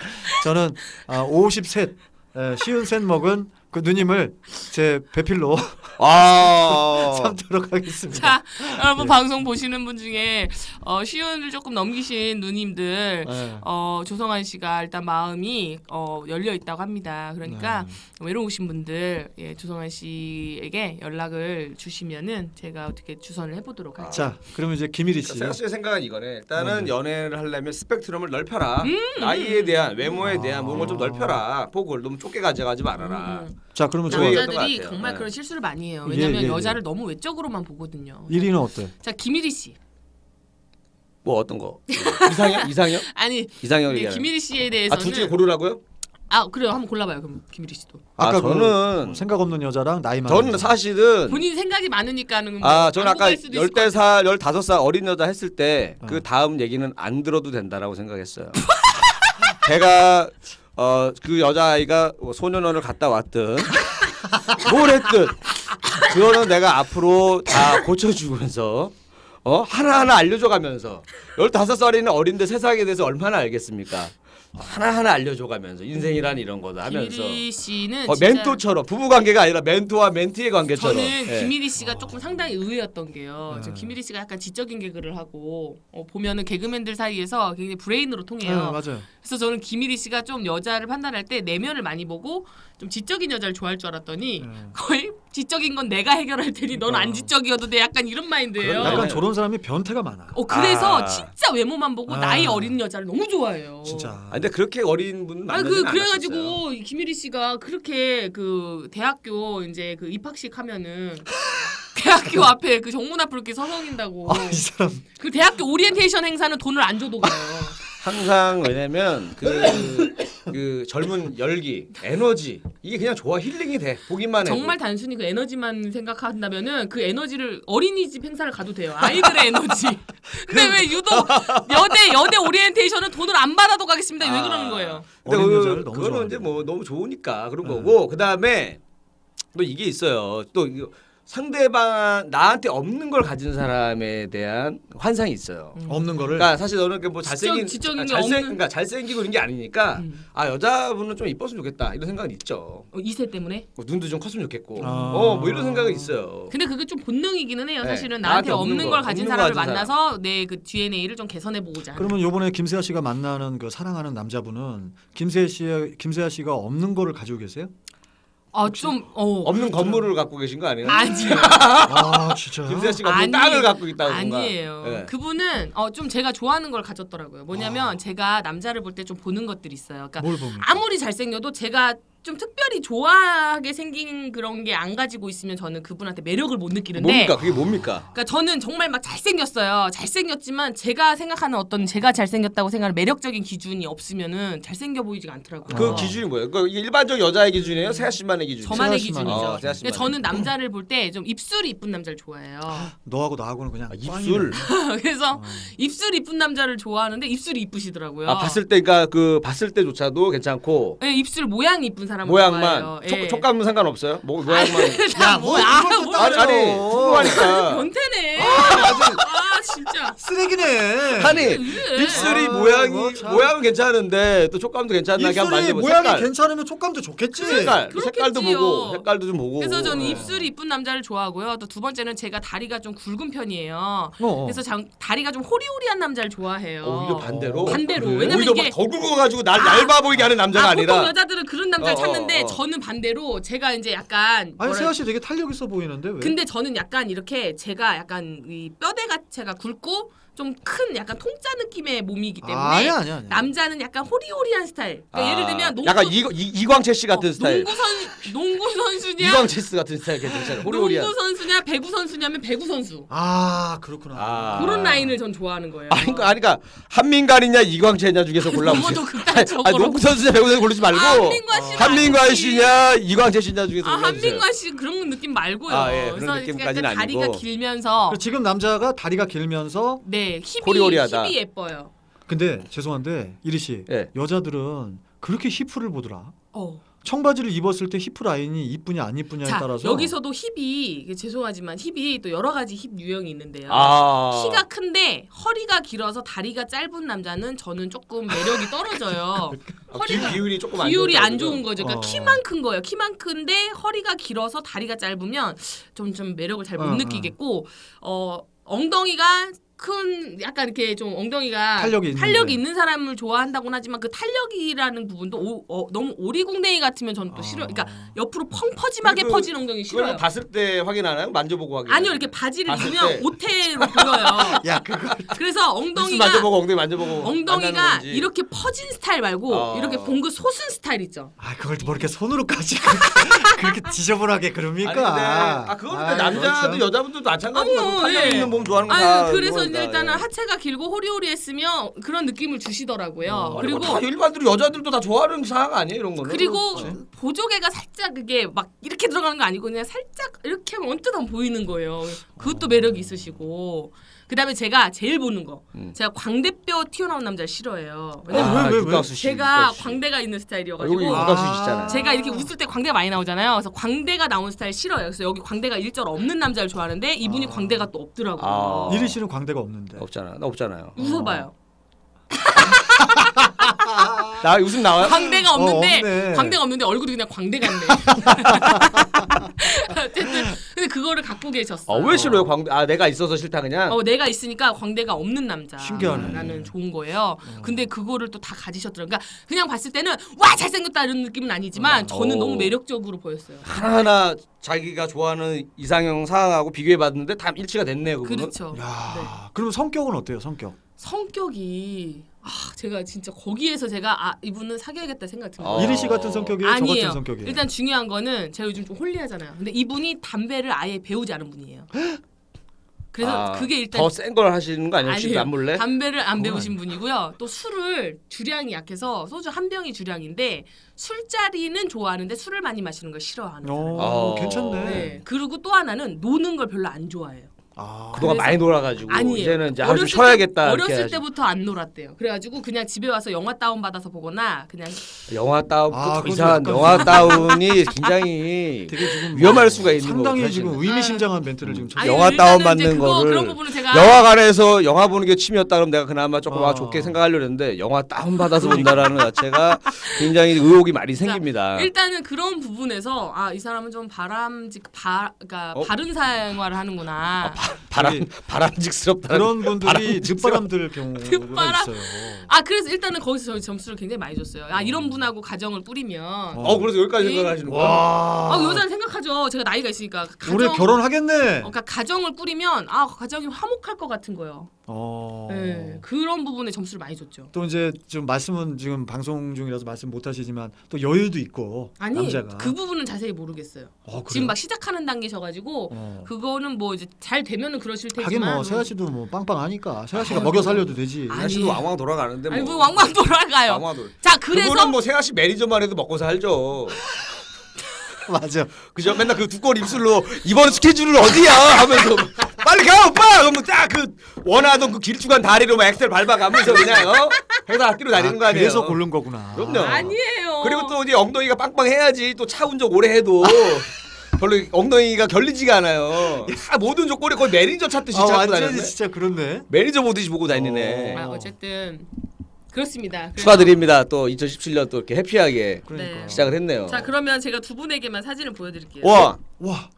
Speaker 2: 저는 아, 50셋 예, 쉬운 셋 먹은 그 누님을 제 배필로
Speaker 3: 아.
Speaker 2: 삼도록 하겠습니다.
Speaker 4: 자 여러분 방송 보시는 분 중에 어, 쉬운을 조금 넘기신 누님들
Speaker 3: 네.
Speaker 2: 예.
Speaker 4: 어, 조성환 씨가 일단 마음이 어, 열려 있다고 합니다. 그러니까 외로우신 분들 예, 조성환 씨에게 연락을 주시면은 제가 어떻게 주선을 해보도록 할게요.
Speaker 2: 자, 그러면 이제 김일희 씨.
Speaker 3: 생각의 생각은 이거네. 일단은 연애를 하려면 스펙트럼을 넓혀라. 나이에 대한 외모에 대한 몸을 좀 넓혀라. 폭을 너무 좁게 가져가지 말아라.
Speaker 2: 자, 그러면 저
Speaker 3: 남자-
Speaker 4: 음, 남자들이
Speaker 3: 것 같아요.
Speaker 4: 정말
Speaker 3: 네.
Speaker 4: 그런 실수를 많이 해요.
Speaker 2: 음, 예,
Speaker 4: 왜냐면
Speaker 2: 예, 예.
Speaker 4: 여자를 너무 외적으로만 보거든요.
Speaker 2: 1위는 어때?
Speaker 4: 자 김일희 씨
Speaker 3: 뭐 어떤 거? 이상형? 이상형?
Speaker 4: 아니
Speaker 3: 이상형
Speaker 4: 네,
Speaker 3: 얘기하는 거.
Speaker 4: 김일희 씨에
Speaker 3: 아, 둘 중에
Speaker 4: 대해서는
Speaker 3: 고르라고요?
Speaker 4: 아, 그래요 한번 골라봐요 그럼 김일희 씨도
Speaker 3: 아,
Speaker 2: 아까
Speaker 3: 저는-
Speaker 2: 그 생각 없는 여자랑 나이 많은
Speaker 3: 저는
Speaker 2: 여자.
Speaker 3: 사실은
Speaker 4: 본인 생각이 많으니까는 뭐
Speaker 3: 아, 저는
Speaker 4: 안
Speaker 3: 아까
Speaker 4: 뽑을 그 수도 있을 것
Speaker 3: 14살, 15살 어린 여자 했을 때 그
Speaker 2: 어.
Speaker 3: 다음 얘기는 안 들어도 된다라고 생각했어요. 제가 어, 그 여자아이가 뭐 소년원을 갔다 왔든 뭘 했든 그거는 내가 앞으로 다 고쳐주면서 어? 하나하나 알려줘가면서 15살이나 어린데 세상에 대해서 얼마나 알겠습니까? 하나하나 알려줘가면서 인생이란 이런 거다 하면서
Speaker 4: 김일희 씨는
Speaker 3: 어,
Speaker 4: 아, 진짜
Speaker 3: 멘토처럼 부부관계가 아니라 멘토와 멘티의 관계처럼
Speaker 4: 저는
Speaker 3: 예.
Speaker 4: 김일희 씨가 조금 상당히 의외였던 게요. 저
Speaker 2: 네.
Speaker 4: 김일희 씨가 약간 지적인 개그를 하고 어, 보면은 개그맨들 사이에서 굉장히 브레인으로
Speaker 2: 네,
Speaker 4: 통해요.
Speaker 2: 맞아요.
Speaker 4: 그래서 저는 김일희 씨가 좀 여자를 판단할 때 내면을 많이 보고 좀 지적인 여자를 좋아할 줄 알았더니
Speaker 2: 네.
Speaker 4: 거의 지적인 건 내가 해결할 테니 넌 안 지적이어도 돼 약간 이런 마인드예요.
Speaker 2: 음.
Speaker 3: 그런
Speaker 2: 약간
Speaker 3: 네.
Speaker 2: 저런 사람이 변태가 많아.
Speaker 4: 어 그래서
Speaker 3: 아.
Speaker 4: 진짜 외모만 보고
Speaker 2: 아.
Speaker 4: 나이 어린 여자를 너무 좋아해요.
Speaker 2: 진짜.
Speaker 3: 아, 근데 그렇게 어린 분
Speaker 4: 아
Speaker 3: 만나지
Speaker 4: 그 그래가지고 이 김일희 씨가 그렇게 그 대학교 이제 그 입학식 하면은 대학교 앞에 그 정문 앞으로 이렇게 서성인다고.
Speaker 2: 아, 이 사람
Speaker 4: 그 대학교 오리엔테이션 행사는 돈을 안 줘도 가요.
Speaker 3: 항상 왜냐면 그, 그 젊은 열기, 에너지 이게 그냥 좋아 힐링이 돼 보기만 해.
Speaker 4: 정말 단순히 그 에너지만 생각한다면은 그 에너지를 어린이집 행사를 가도 돼요. 아이들의 에너지. 근데 왜 유독 여대 여대 오리엔테이션은 돈을 안 받아도 가겠습니다. 왜 그러는 거예요?
Speaker 3: 근데
Speaker 2: 어린
Speaker 3: 그,
Speaker 2: 여자를 너무
Speaker 3: 그거는
Speaker 2: 좋아하는데.
Speaker 3: 이제 뭐 너무 좋으니까 그런
Speaker 2: 네.
Speaker 3: 거고 그 다음에 또 이게 있어요. 또 이거 상대방 나한테 없는 걸 가진 사람에 대한 환상이 있어요.
Speaker 2: 없는 거를
Speaker 3: 그러니까 사실 너는 이렇게 뭐 잘생긴
Speaker 4: 음. 지적- 지적인 게
Speaker 3: 잘생
Speaker 4: 없는-
Speaker 3: 그러니까 잘생기고 이런 게 아니니까
Speaker 4: 음.
Speaker 3: 아 여자분은 좀 이뻤으면 좋겠다 이런 생각은 있죠.
Speaker 4: 어, 이세 때문에.
Speaker 3: 뭐 눈도 좀 컸으면 좋겠고
Speaker 2: 아.
Speaker 3: 어 뭐 이런 생각은 있어요.
Speaker 4: 근데 그게 좀 본능이기는 해요.
Speaker 3: 네.
Speaker 4: 사실은
Speaker 3: 나한테
Speaker 4: 나한테,
Speaker 3: 없는
Speaker 4: 없는
Speaker 3: 거,
Speaker 4: 걸 가진
Speaker 3: 없는 거
Speaker 4: 사람을
Speaker 3: 가진
Speaker 4: 만나서 내 그 DNA를 좀 개선해 보고자.
Speaker 2: 그러면 요번에 김세아 씨가 만나는 그 사랑하는 남자분은 김세아 씨의 김세아 씨가 없는 거를 가지고 계세요?
Speaker 4: 아좀어
Speaker 3: 없는 건물을 갖고 계신 거 아니에요?
Speaker 4: 아니에요.
Speaker 2: 아, 진짜요?
Speaker 3: 김세아 씨가 없는
Speaker 4: 아니에요.
Speaker 3: 땅을 갖고 있다던가.
Speaker 4: 아니에요.
Speaker 3: 예.
Speaker 4: 그분은 어 좀 제가 좋아하는 걸 가졌더라고요. 뭐냐면
Speaker 3: 아.
Speaker 4: 제가 남자를 볼 때 좀 보는 것들이 있어요.
Speaker 3: 뭐?
Speaker 4: 그러니까
Speaker 2: 뭘 보면?
Speaker 4: 아무리 잘생겨도 제가 좀 특별히 좋아하게 생긴 그런 게 안 가지고 있으면 저는 그분한테 매력을 못 느끼는데
Speaker 3: 뭡니까 그게 뭡니까?
Speaker 4: 그러니까 저는 정말 막 잘생겼어요. 잘생겼지만 제가 생각하는 어떤 제가 잘생겼다고 생각하는 매력적인 기준이 없으면은 잘생겨 보이지가 않더라고요.
Speaker 2: 아.
Speaker 3: 그 기준이 뭐예요? 그 일반적 여자의 기준이에요? 세아 씨만의 기준.
Speaker 4: 저만의
Speaker 2: 세아 씨만의
Speaker 4: 기준이죠.
Speaker 3: 어, 세아
Speaker 4: 근데
Speaker 3: 씨만의.
Speaker 4: 저는 남자를 볼 때 좀 입술이 이쁜 남자를 좋아해요.
Speaker 2: 너하고 나하고는 그냥
Speaker 3: 아,
Speaker 2: 꽝이네.
Speaker 3: 입술.
Speaker 4: 그래서 입술 이쁜 남자를 좋아하는데 입술이 이쁘시더라고요.
Speaker 3: 어. 아 봤을 때 그러니까 그 봤을 때조차도 괜찮고
Speaker 4: 예, 입술 모양이 이쁜 사람을 좋아해요.
Speaker 3: 모양만
Speaker 4: 예.
Speaker 3: 촉, 촉감은 상관없어요? 뭐 모양만.
Speaker 2: 야,
Speaker 4: 야,
Speaker 2: 뭐
Speaker 4: 뭐야?
Speaker 2: 그걸
Speaker 4: 뭐야? 뭐.
Speaker 2: 또
Speaker 3: 아니 아니 궁금하니까.
Speaker 4: 변태네. 아 진짜.
Speaker 2: 쓰레기네.
Speaker 3: 아니
Speaker 4: 왜?
Speaker 3: 예, 입술이
Speaker 2: 아,
Speaker 3: 모양이
Speaker 2: 뭐 참.
Speaker 3: 모양은 괜찮은데 또 촉감도 괜찮나게 한번
Speaker 2: 입술이
Speaker 3: 만져보
Speaker 2: 모양이
Speaker 3: 색깔.
Speaker 2: 괜찮으면 촉감도 좋겠지.
Speaker 3: 색깔
Speaker 4: 그렇겠지요.
Speaker 3: 색깔도 보고 색깔도 좀 보고.
Speaker 4: 그래서 저는
Speaker 3: 네.
Speaker 4: 입술이 이쁜 남자를 좋아하고요. 또 두 번째는 제가 다리가 좀 굵은 편이에요.
Speaker 2: 어.
Speaker 4: 그래서 장- 다리가 좀 호리호리한 남자를 좋아해요.
Speaker 3: 어, 오히려 반대로.
Speaker 4: 반대로.
Speaker 2: 아, 그래?
Speaker 4: 왜냐면
Speaker 3: 오히려
Speaker 4: 이게
Speaker 3: 막더 굵어가지고 날 얇아 보이게 하는 남자가
Speaker 4: 아,
Speaker 3: 아, 니라
Speaker 4: 보통 여자들은 그런 남자를
Speaker 3: 어, 어,
Speaker 4: 찾는데
Speaker 3: 어.
Speaker 4: 저는 반대로 제가 이제 약간
Speaker 2: 아니
Speaker 4: 뭐랄-
Speaker 2: 세아 씨 되게 탄력 있어 보이는데
Speaker 3: 네.
Speaker 2: 왜?
Speaker 4: 근데 저는 약간 이렇게 제가 약간 이 뼈대 자체가 굵고 좀 큰 약간 통짜 느낌의 몸이기 때문에
Speaker 2: 아니 아니 아니.
Speaker 4: 남자는 약간 호리호리한 스타일. 그러니까 예를 들면 농구
Speaker 3: 아, 약간 이, 이, 이광채 씨 같은
Speaker 4: 어,
Speaker 3: 스타일.
Speaker 4: 농구 선 농구 선수냐?
Speaker 3: 이광채 씨 같은 스타일 괜찮아요. 호리호리한.
Speaker 4: 농구 선수냐 배구 선수냐면 배구 선수.
Speaker 2: 아 그렇구나.
Speaker 3: 아.
Speaker 4: 그런 라인을 전 좋아하는 거예요.
Speaker 3: 아니 그 아니 그러니까 한민관이냐 이광채냐 중에서 골라보세요.
Speaker 4: 너무도 극단적으로. 아,
Speaker 3: 아니, 농구 선수냐 배구 선수 고르지 말고
Speaker 4: 한민관 씨는
Speaker 3: 한민관
Speaker 4: 아니지.
Speaker 3: 씨냐 이광채 씨냐 중에서
Speaker 4: 아
Speaker 3: 골라주세요.
Speaker 4: 한민관 씨 그런 느낌 말고요.
Speaker 3: 아, 예, 그런
Speaker 4: 그래서
Speaker 3: 느낌까지는
Speaker 4: 약간 다리가
Speaker 3: 아니고. 그렇죠.
Speaker 4: 길면서
Speaker 2: 그리고 지금 남자가 다리가 길면서
Speaker 4: 네 힙이
Speaker 3: 호리호리하다.
Speaker 4: 힙이 예뻐요.
Speaker 2: 근데 죄송한데 이리 씨
Speaker 3: 예.
Speaker 2: 여자들은 그렇게 히프를 보더라.
Speaker 4: 어.
Speaker 2: 청바지를 입었을 때 히프 라인이 이쁘냐 안 이쁘냐에
Speaker 4: 자
Speaker 2: 따라서
Speaker 4: 여기서도 힙이 이게 죄송하지만 힙이 또 여러 가지 힙 유형이 있는데요.
Speaker 3: 아
Speaker 4: 키가 큰데 허리가 길어서 다리가 짧은 남자는 저는 조금 매력이 떨어져요.
Speaker 3: 아, 기-
Speaker 4: 허리가-
Speaker 3: 기율이 조금 안
Speaker 4: 비율이
Speaker 3: 좋다고요?
Speaker 4: 안 좋은 거죠. 그러니까
Speaker 2: 어.
Speaker 4: 키만 큰 거예요. 키만 큰데 허리가 길어서 다리가 짧으면 좀 좀 매력을 잘 못
Speaker 2: 어, 어.
Speaker 4: 느끼겠고 어 엉덩이가 큰 약간 이렇게 좀 엉덩이가
Speaker 2: 탄력이 있는데.
Speaker 4: 있는 사람을 좋아한다곤 하지만 그 탄력이라는 부분도 오- 어, 너무 오리궁뎅이 같으면 저는 또 싫어. 그러니까 옆으로 펑 퍼짐하게
Speaker 3: 그리고
Speaker 4: 퍼진 엉덩이
Speaker 3: 그걸
Speaker 4: 싫어요.
Speaker 3: 뭐 봤을 때 확인하나요? 만져보고 확인.
Speaker 4: 아니요 이렇게 바지를
Speaker 3: 봤을
Speaker 4: 입으면
Speaker 3: 때.
Speaker 4: 오태로 보여요.
Speaker 2: 야 그걸
Speaker 4: 그래서
Speaker 3: 뉴스
Speaker 4: 엉덩이가
Speaker 3: 만져보고 엉덩이 만져보고. 만나는
Speaker 4: 엉덩이가
Speaker 3: 건지.
Speaker 4: 이렇게 퍼진 스타일 말고
Speaker 3: 어.
Speaker 4: 이렇게 봉긋 솟은 스타일 있죠.
Speaker 2: 아 그걸 뭐 이렇게 손으로까지 그렇게 지저분하게 그럽니까?
Speaker 3: 아니, 근데, 아 그건
Speaker 2: 그러니까.
Speaker 3: 근데
Speaker 2: 아이, 그렇죠.
Speaker 3: 남자도
Speaker 2: 참.
Speaker 3: 여자분들도 마찬가지로
Speaker 4: 어머,
Speaker 3: 탄력
Speaker 4: 예.
Speaker 3: 있는 몸 좋아하는 거다.
Speaker 4: 아유, 그래서 이제 일단은 하체가 길고 호리호리했으면 그런 느낌을 주시더라고요.
Speaker 3: 그리고
Speaker 4: 그리고
Speaker 3: 다뭐 일반적으로 여자들도 다 좋아하는 사항 아니에요 이런 거는. 네.
Speaker 4: 그리고 보조개가 살짝 그게 막 이렇게 들어가는 거 아니고 그냥 살짝 이렇게 하면 언뜻 안 보이는 거예요. 그것도 매력이 있으시고. 그다음에 제가 제일 보는 거.
Speaker 3: 음.
Speaker 4: 제가 광대뼈 튀어나온 남자를 싫어해요. 왜냐면
Speaker 2: 왜,
Speaker 3: 아,
Speaker 2: 왜, 왜?
Speaker 3: 육각수 씨.
Speaker 4: 제가
Speaker 3: 육각수 씨.
Speaker 4: 광대가 있는
Speaker 3: 아, 여기
Speaker 4: 스타일이어가지고
Speaker 2: 육각수.
Speaker 3: 육각수 씨잖아요.
Speaker 4: 제가 이렇게 웃을 때 광대가 많이 나오잖아요. 그래서 광대가 나온 스타일 싫어요. 그래서 여기 광대가 일절 없는 남자를 좋아하는데 이분이
Speaker 2: 아.
Speaker 4: 광대가 또 없더라고요.
Speaker 3: 아.
Speaker 2: 이리 씨는 광대가 없는데.
Speaker 3: 없잖아. 나 없잖아요.
Speaker 4: 웃어봐요.
Speaker 3: 나 웃음 나와요?
Speaker 4: 광대가
Speaker 2: 어,
Speaker 4: 없는데
Speaker 2: 없네.
Speaker 4: 광대가 없는데 얼굴이 그냥 광대 같네. 어쨌든 근데 그거를 갖고 계셨어.
Speaker 3: 아, 왜 싫어요? 광대. 아, 내가 있어서 싫다 그냥.
Speaker 4: 어, 내가 있으니까 광대가 없는 남자.
Speaker 2: 신기하네.
Speaker 4: 나는 좋은 거예요. 근데 그거를 또 다 가지셨더라고요. 그러니까 그냥 봤을 때는 와 잘생겼다 이런 느낌은 아니지만 저는
Speaker 3: 어.
Speaker 4: 너무 매력적으로 보였어요.
Speaker 3: 하나하나 자기가 좋아하는 이상형 사항하고 비교해 봤는데 다 일치가 됐네요, 그분은.
Speaker 4: 그렇죠. 네.
Speaker 2: 야, 그럼 성격은 어때요? 성격.
Speaker 4: 성격이 아 제가 진짜 거기에서 제가 아 이분은 사귀어야겠다 생각 듭니다.
Speaker 3: 어.
Speaker 2: 이리 씨 같은 성격이에요? 저 같은 성격이에요?
Speaker 4: 일단 중요한 거는 제가 요즘 좀 홀리하잖아요. 근데 이분이 담배를 아예 배우지 않은 분이에요. 그래서
Speaker 3: 아,
Speaker 4: 그게 일단
Speaker 3: 더센 걸 하시는 거 아니에요? 집에
Speaker 4: 아니에요.
Speaker 3: 안 몰래?
Speaker 4: 담배를
Speaker 2: 그건
Speaker 4: 안 배우신 분이고요. 또 술을 주량이 약해서 소주 한 병이 주량인데 술자리는 좋아하는데 술을 많이 마시는 걸 싫어하는 사람.
Speaker 2: 어,
Speaker 3: 어.
Speaker 2: 괜찮네.
Speaker 4: 네. 그리고 또 하나는 노는 걸 별로 안 좋아해요.
Speaker 2: 아,
Speaker 3: 그동안
Speaker 4: 그래서-
Speaker 3: 많이 놀아가지고
Speaker 4: 아니에요.
Speaker 3: 이제는 이제 하루 좀
Speaker 4: 어렸을
Speaker 3: 쉬어야겠다
Speaker 4: 때-
Speaker 3: 이렇게
Speaker 4: 어렸을
Speaker 3: 하시-
Speaker 4: 때부터 안 놀았대요. 그래가지고 그냥 집에 와서 영화 다운 받아서 보거나 그냥
Speaker 3: 영화 다운
Speaker 2: 아,
Speaker 3: 아,
Speaker 2: 그건
Speaker 3: 이상한
Speaker 2: 약간
Speaker 3: 영화 다운이 굉장히
Speaker 2: 되게 지금
Speaker 3: 위험할 수가 있는
Speaker 2: 상당히
Speaker 3: 거고,
Speaker 2: 지금
Speaker 4: 사실은.
Speaker 2: 의미심장한 멘트를 지금 쳤어요.
Speaker 4: 아니,
Speaker 3: 영화
Speaker 4: 일단은
Speaker 3: 다운받는
Speaker 4: 이제 그거,
Speaker 3: 거를
Speaker 4: 그런 부분은 제가
Speaker 3: 영화관에서 영화 보는 게 취미였다 그럼 내가 그나마 조금
Speaker 2: 어.
Speaker 3: 아, 좋게 생각하려고 했는데 영화 다운 받아서 본다라는 것 자체가 굉장히 의혹이 많이 생깁니다.
Speaker 4: 일단은 그런 부분에서 아 이 사람은 좀 바람직 바 그러니까
Speaker 3: 어? 아,
Speaker 4: 바른 생활을 하는구나.
Speaker 3: 바람
Speaker 2: 저기-
Speaker 3: 바람직스럽다.
Speaker 2: 그런 분들이
Speaker 3: 바람-
Speaker 2: 늦바람 들 경우가
Speaker 4: 늦바람.
Speaker 2: 있어요.
Speaker 4: 아 그래서 일단은 거기서 저희 점수를 굉장히 많이 줬어요. 아 이런 분하고 가정을
Speaker 3: 음.
Speaker 4: 꾸리면
Speaker 3: 어 그래서
Speaker 4: 예.
Speaker 3: 여기까지 생각을 하시는 거야?
Speaker 2: 와.
Speaker 4: 아 여자는 생각하죠. 제가 나이가 있으니까 가정
Speaker 2: 올해 결혼하겠네.
Speaker 4: 어, 그러니까 가정을 꾸리면 아 가정이 화목할 것 같은 거예요.
Speaker 2: 어.
Speaker 4: 네, 그런 부분에 점수를 많이 줬죠.
Speaker 2: 또 이제 좀 말씀은 지금 방송 중이라서 말씀 못 하시지만 또 여유도 있고
Speaker 4: 아니
Speaker 2: 남자가
Speaker 4: 그 부분은 자세히 모르겠어요.
Speaker 2: 어, 그래요?
Speaker 4: 지금 막 시작하는 단계셔가지고
Speaker 2: 어.
Speaker 4: 그거는 뭐 이제 잘 되면은 그러실
Speaker 2: 하긴
Speaker 4: 테지만
Speaker 2: 뭐 세아 씨도 뭐 빵빵하니까 세아 씨가
Speaker 4: 아유.
Speaker 2: 먹여 살려도 되지.
Speaker 4: 아니,
Speaker 3: 사실도 왕왕 돌아가는데 뭐.
Speaker 4: 아니 뭐 왕왕 돌아가요.
Speaker 3: 왕왕 돌.
Speaker 4: 자
Speaker 3: 그거는
Speaker 4: 그래서
Speaker 3: 뭐 세아 씨 매니저만 해도 먹고 살죠.
Speaker 2: 맞아.
Speaker 3: 그죠? 맨날 그 두꺼운 입술로 이번 스케줄은 어디야 하면서 빨리 가 오빠 그러면 딱 그 원하던 그 길쭉한 다리로 막 엑셀 밟아가면서 그냥 어? 회사 뛰러 다니는 거
Speaker 2: 아,
Speaker 3: 아니에요?
Speaker 2: 그래서 고른 거구나.
Speaker 3: 그럼요.
Speaker 4: 아니에요.
Speaker 3: 그리고 또 이제 엉덩이가 빵빵해야지 또 차 운전 오래 해도 별로 엉덩이가 결리지가 않아요. 야, 모든 조건에 거의 매니저 찾듯이
Speaker 2: 아,
Speaker 3: 찾고
Speaker 2: 완전히
Speaker 3: 다니네.
Speaker 2: 진짜 그렇네.
Speaker 3: 매니저 보듯이 보고 다니네.
Speaker 4: 아, 어쨌든 그렇습니다. 그래서-
Speaker 3: 축하드립니다. 또 2017년 또 이렇게 해피하게
Speaker 2: 그러니까.
Speaker 4: 네.
Speaker 3: 시작을 했네요.
Speaker 4: 자 그러면 제가 두 분에게만 사진을 보여드릴게요.
Speaker 3: 와
Speaker 2: 와.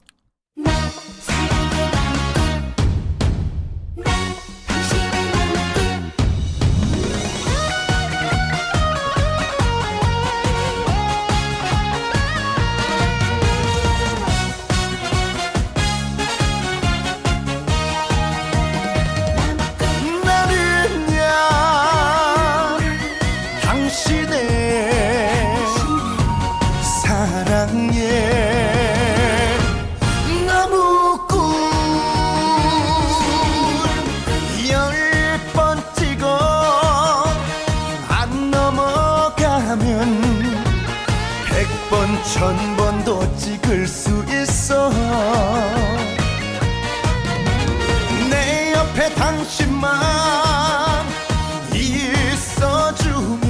Speaker 5: 나는야 당신의 사랑에 나무꾼 열번 찍어 안 넘어가면 백번 천번도 찍을 수 있어 내 옆에 당신만 있어주면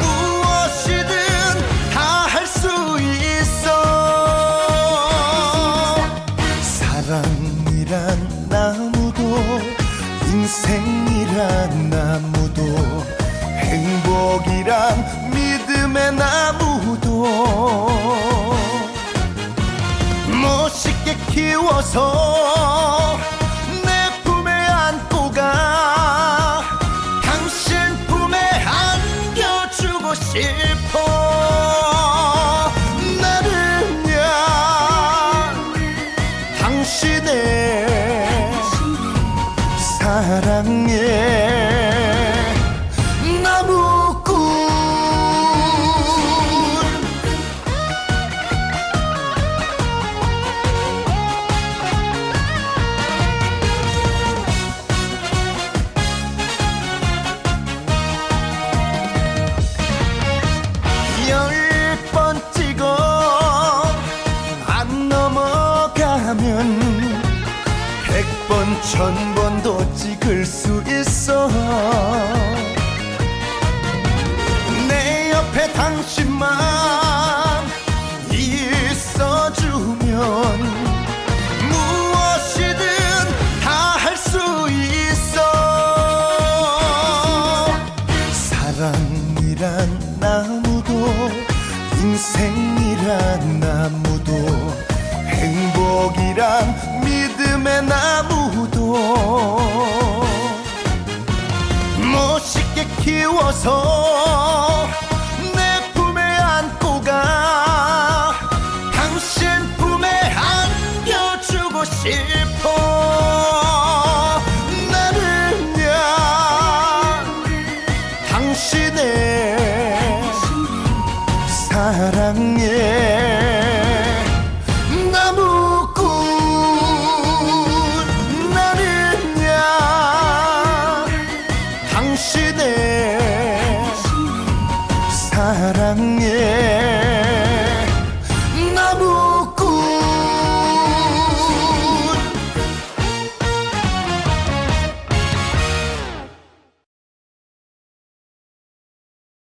Speaker 5: 무엇이든 다 할 수 있어 사랑이란 나무도 인생이란 나무도 행복이란 믿음의 나무도 멋있게 키워서 내 품에 안고 가 당신 품에 안겨주고 싶어 나는야 당신의 사랑에 나무꾼 열 번 찍어 안 넘어가면 백 번 천번도 찍을 수 있어 내 옆에 당신만 있어주면 무엇이든 다 할 수 있어 사랑 인생이란 나무도 행복이란 믿음의 나무도 멋있게 키워서 내 품에 안고 가 당신 품에 안겨주고 싶어 나는야 당신의 사랑의 나무꾼 나는야 당신의 사랑의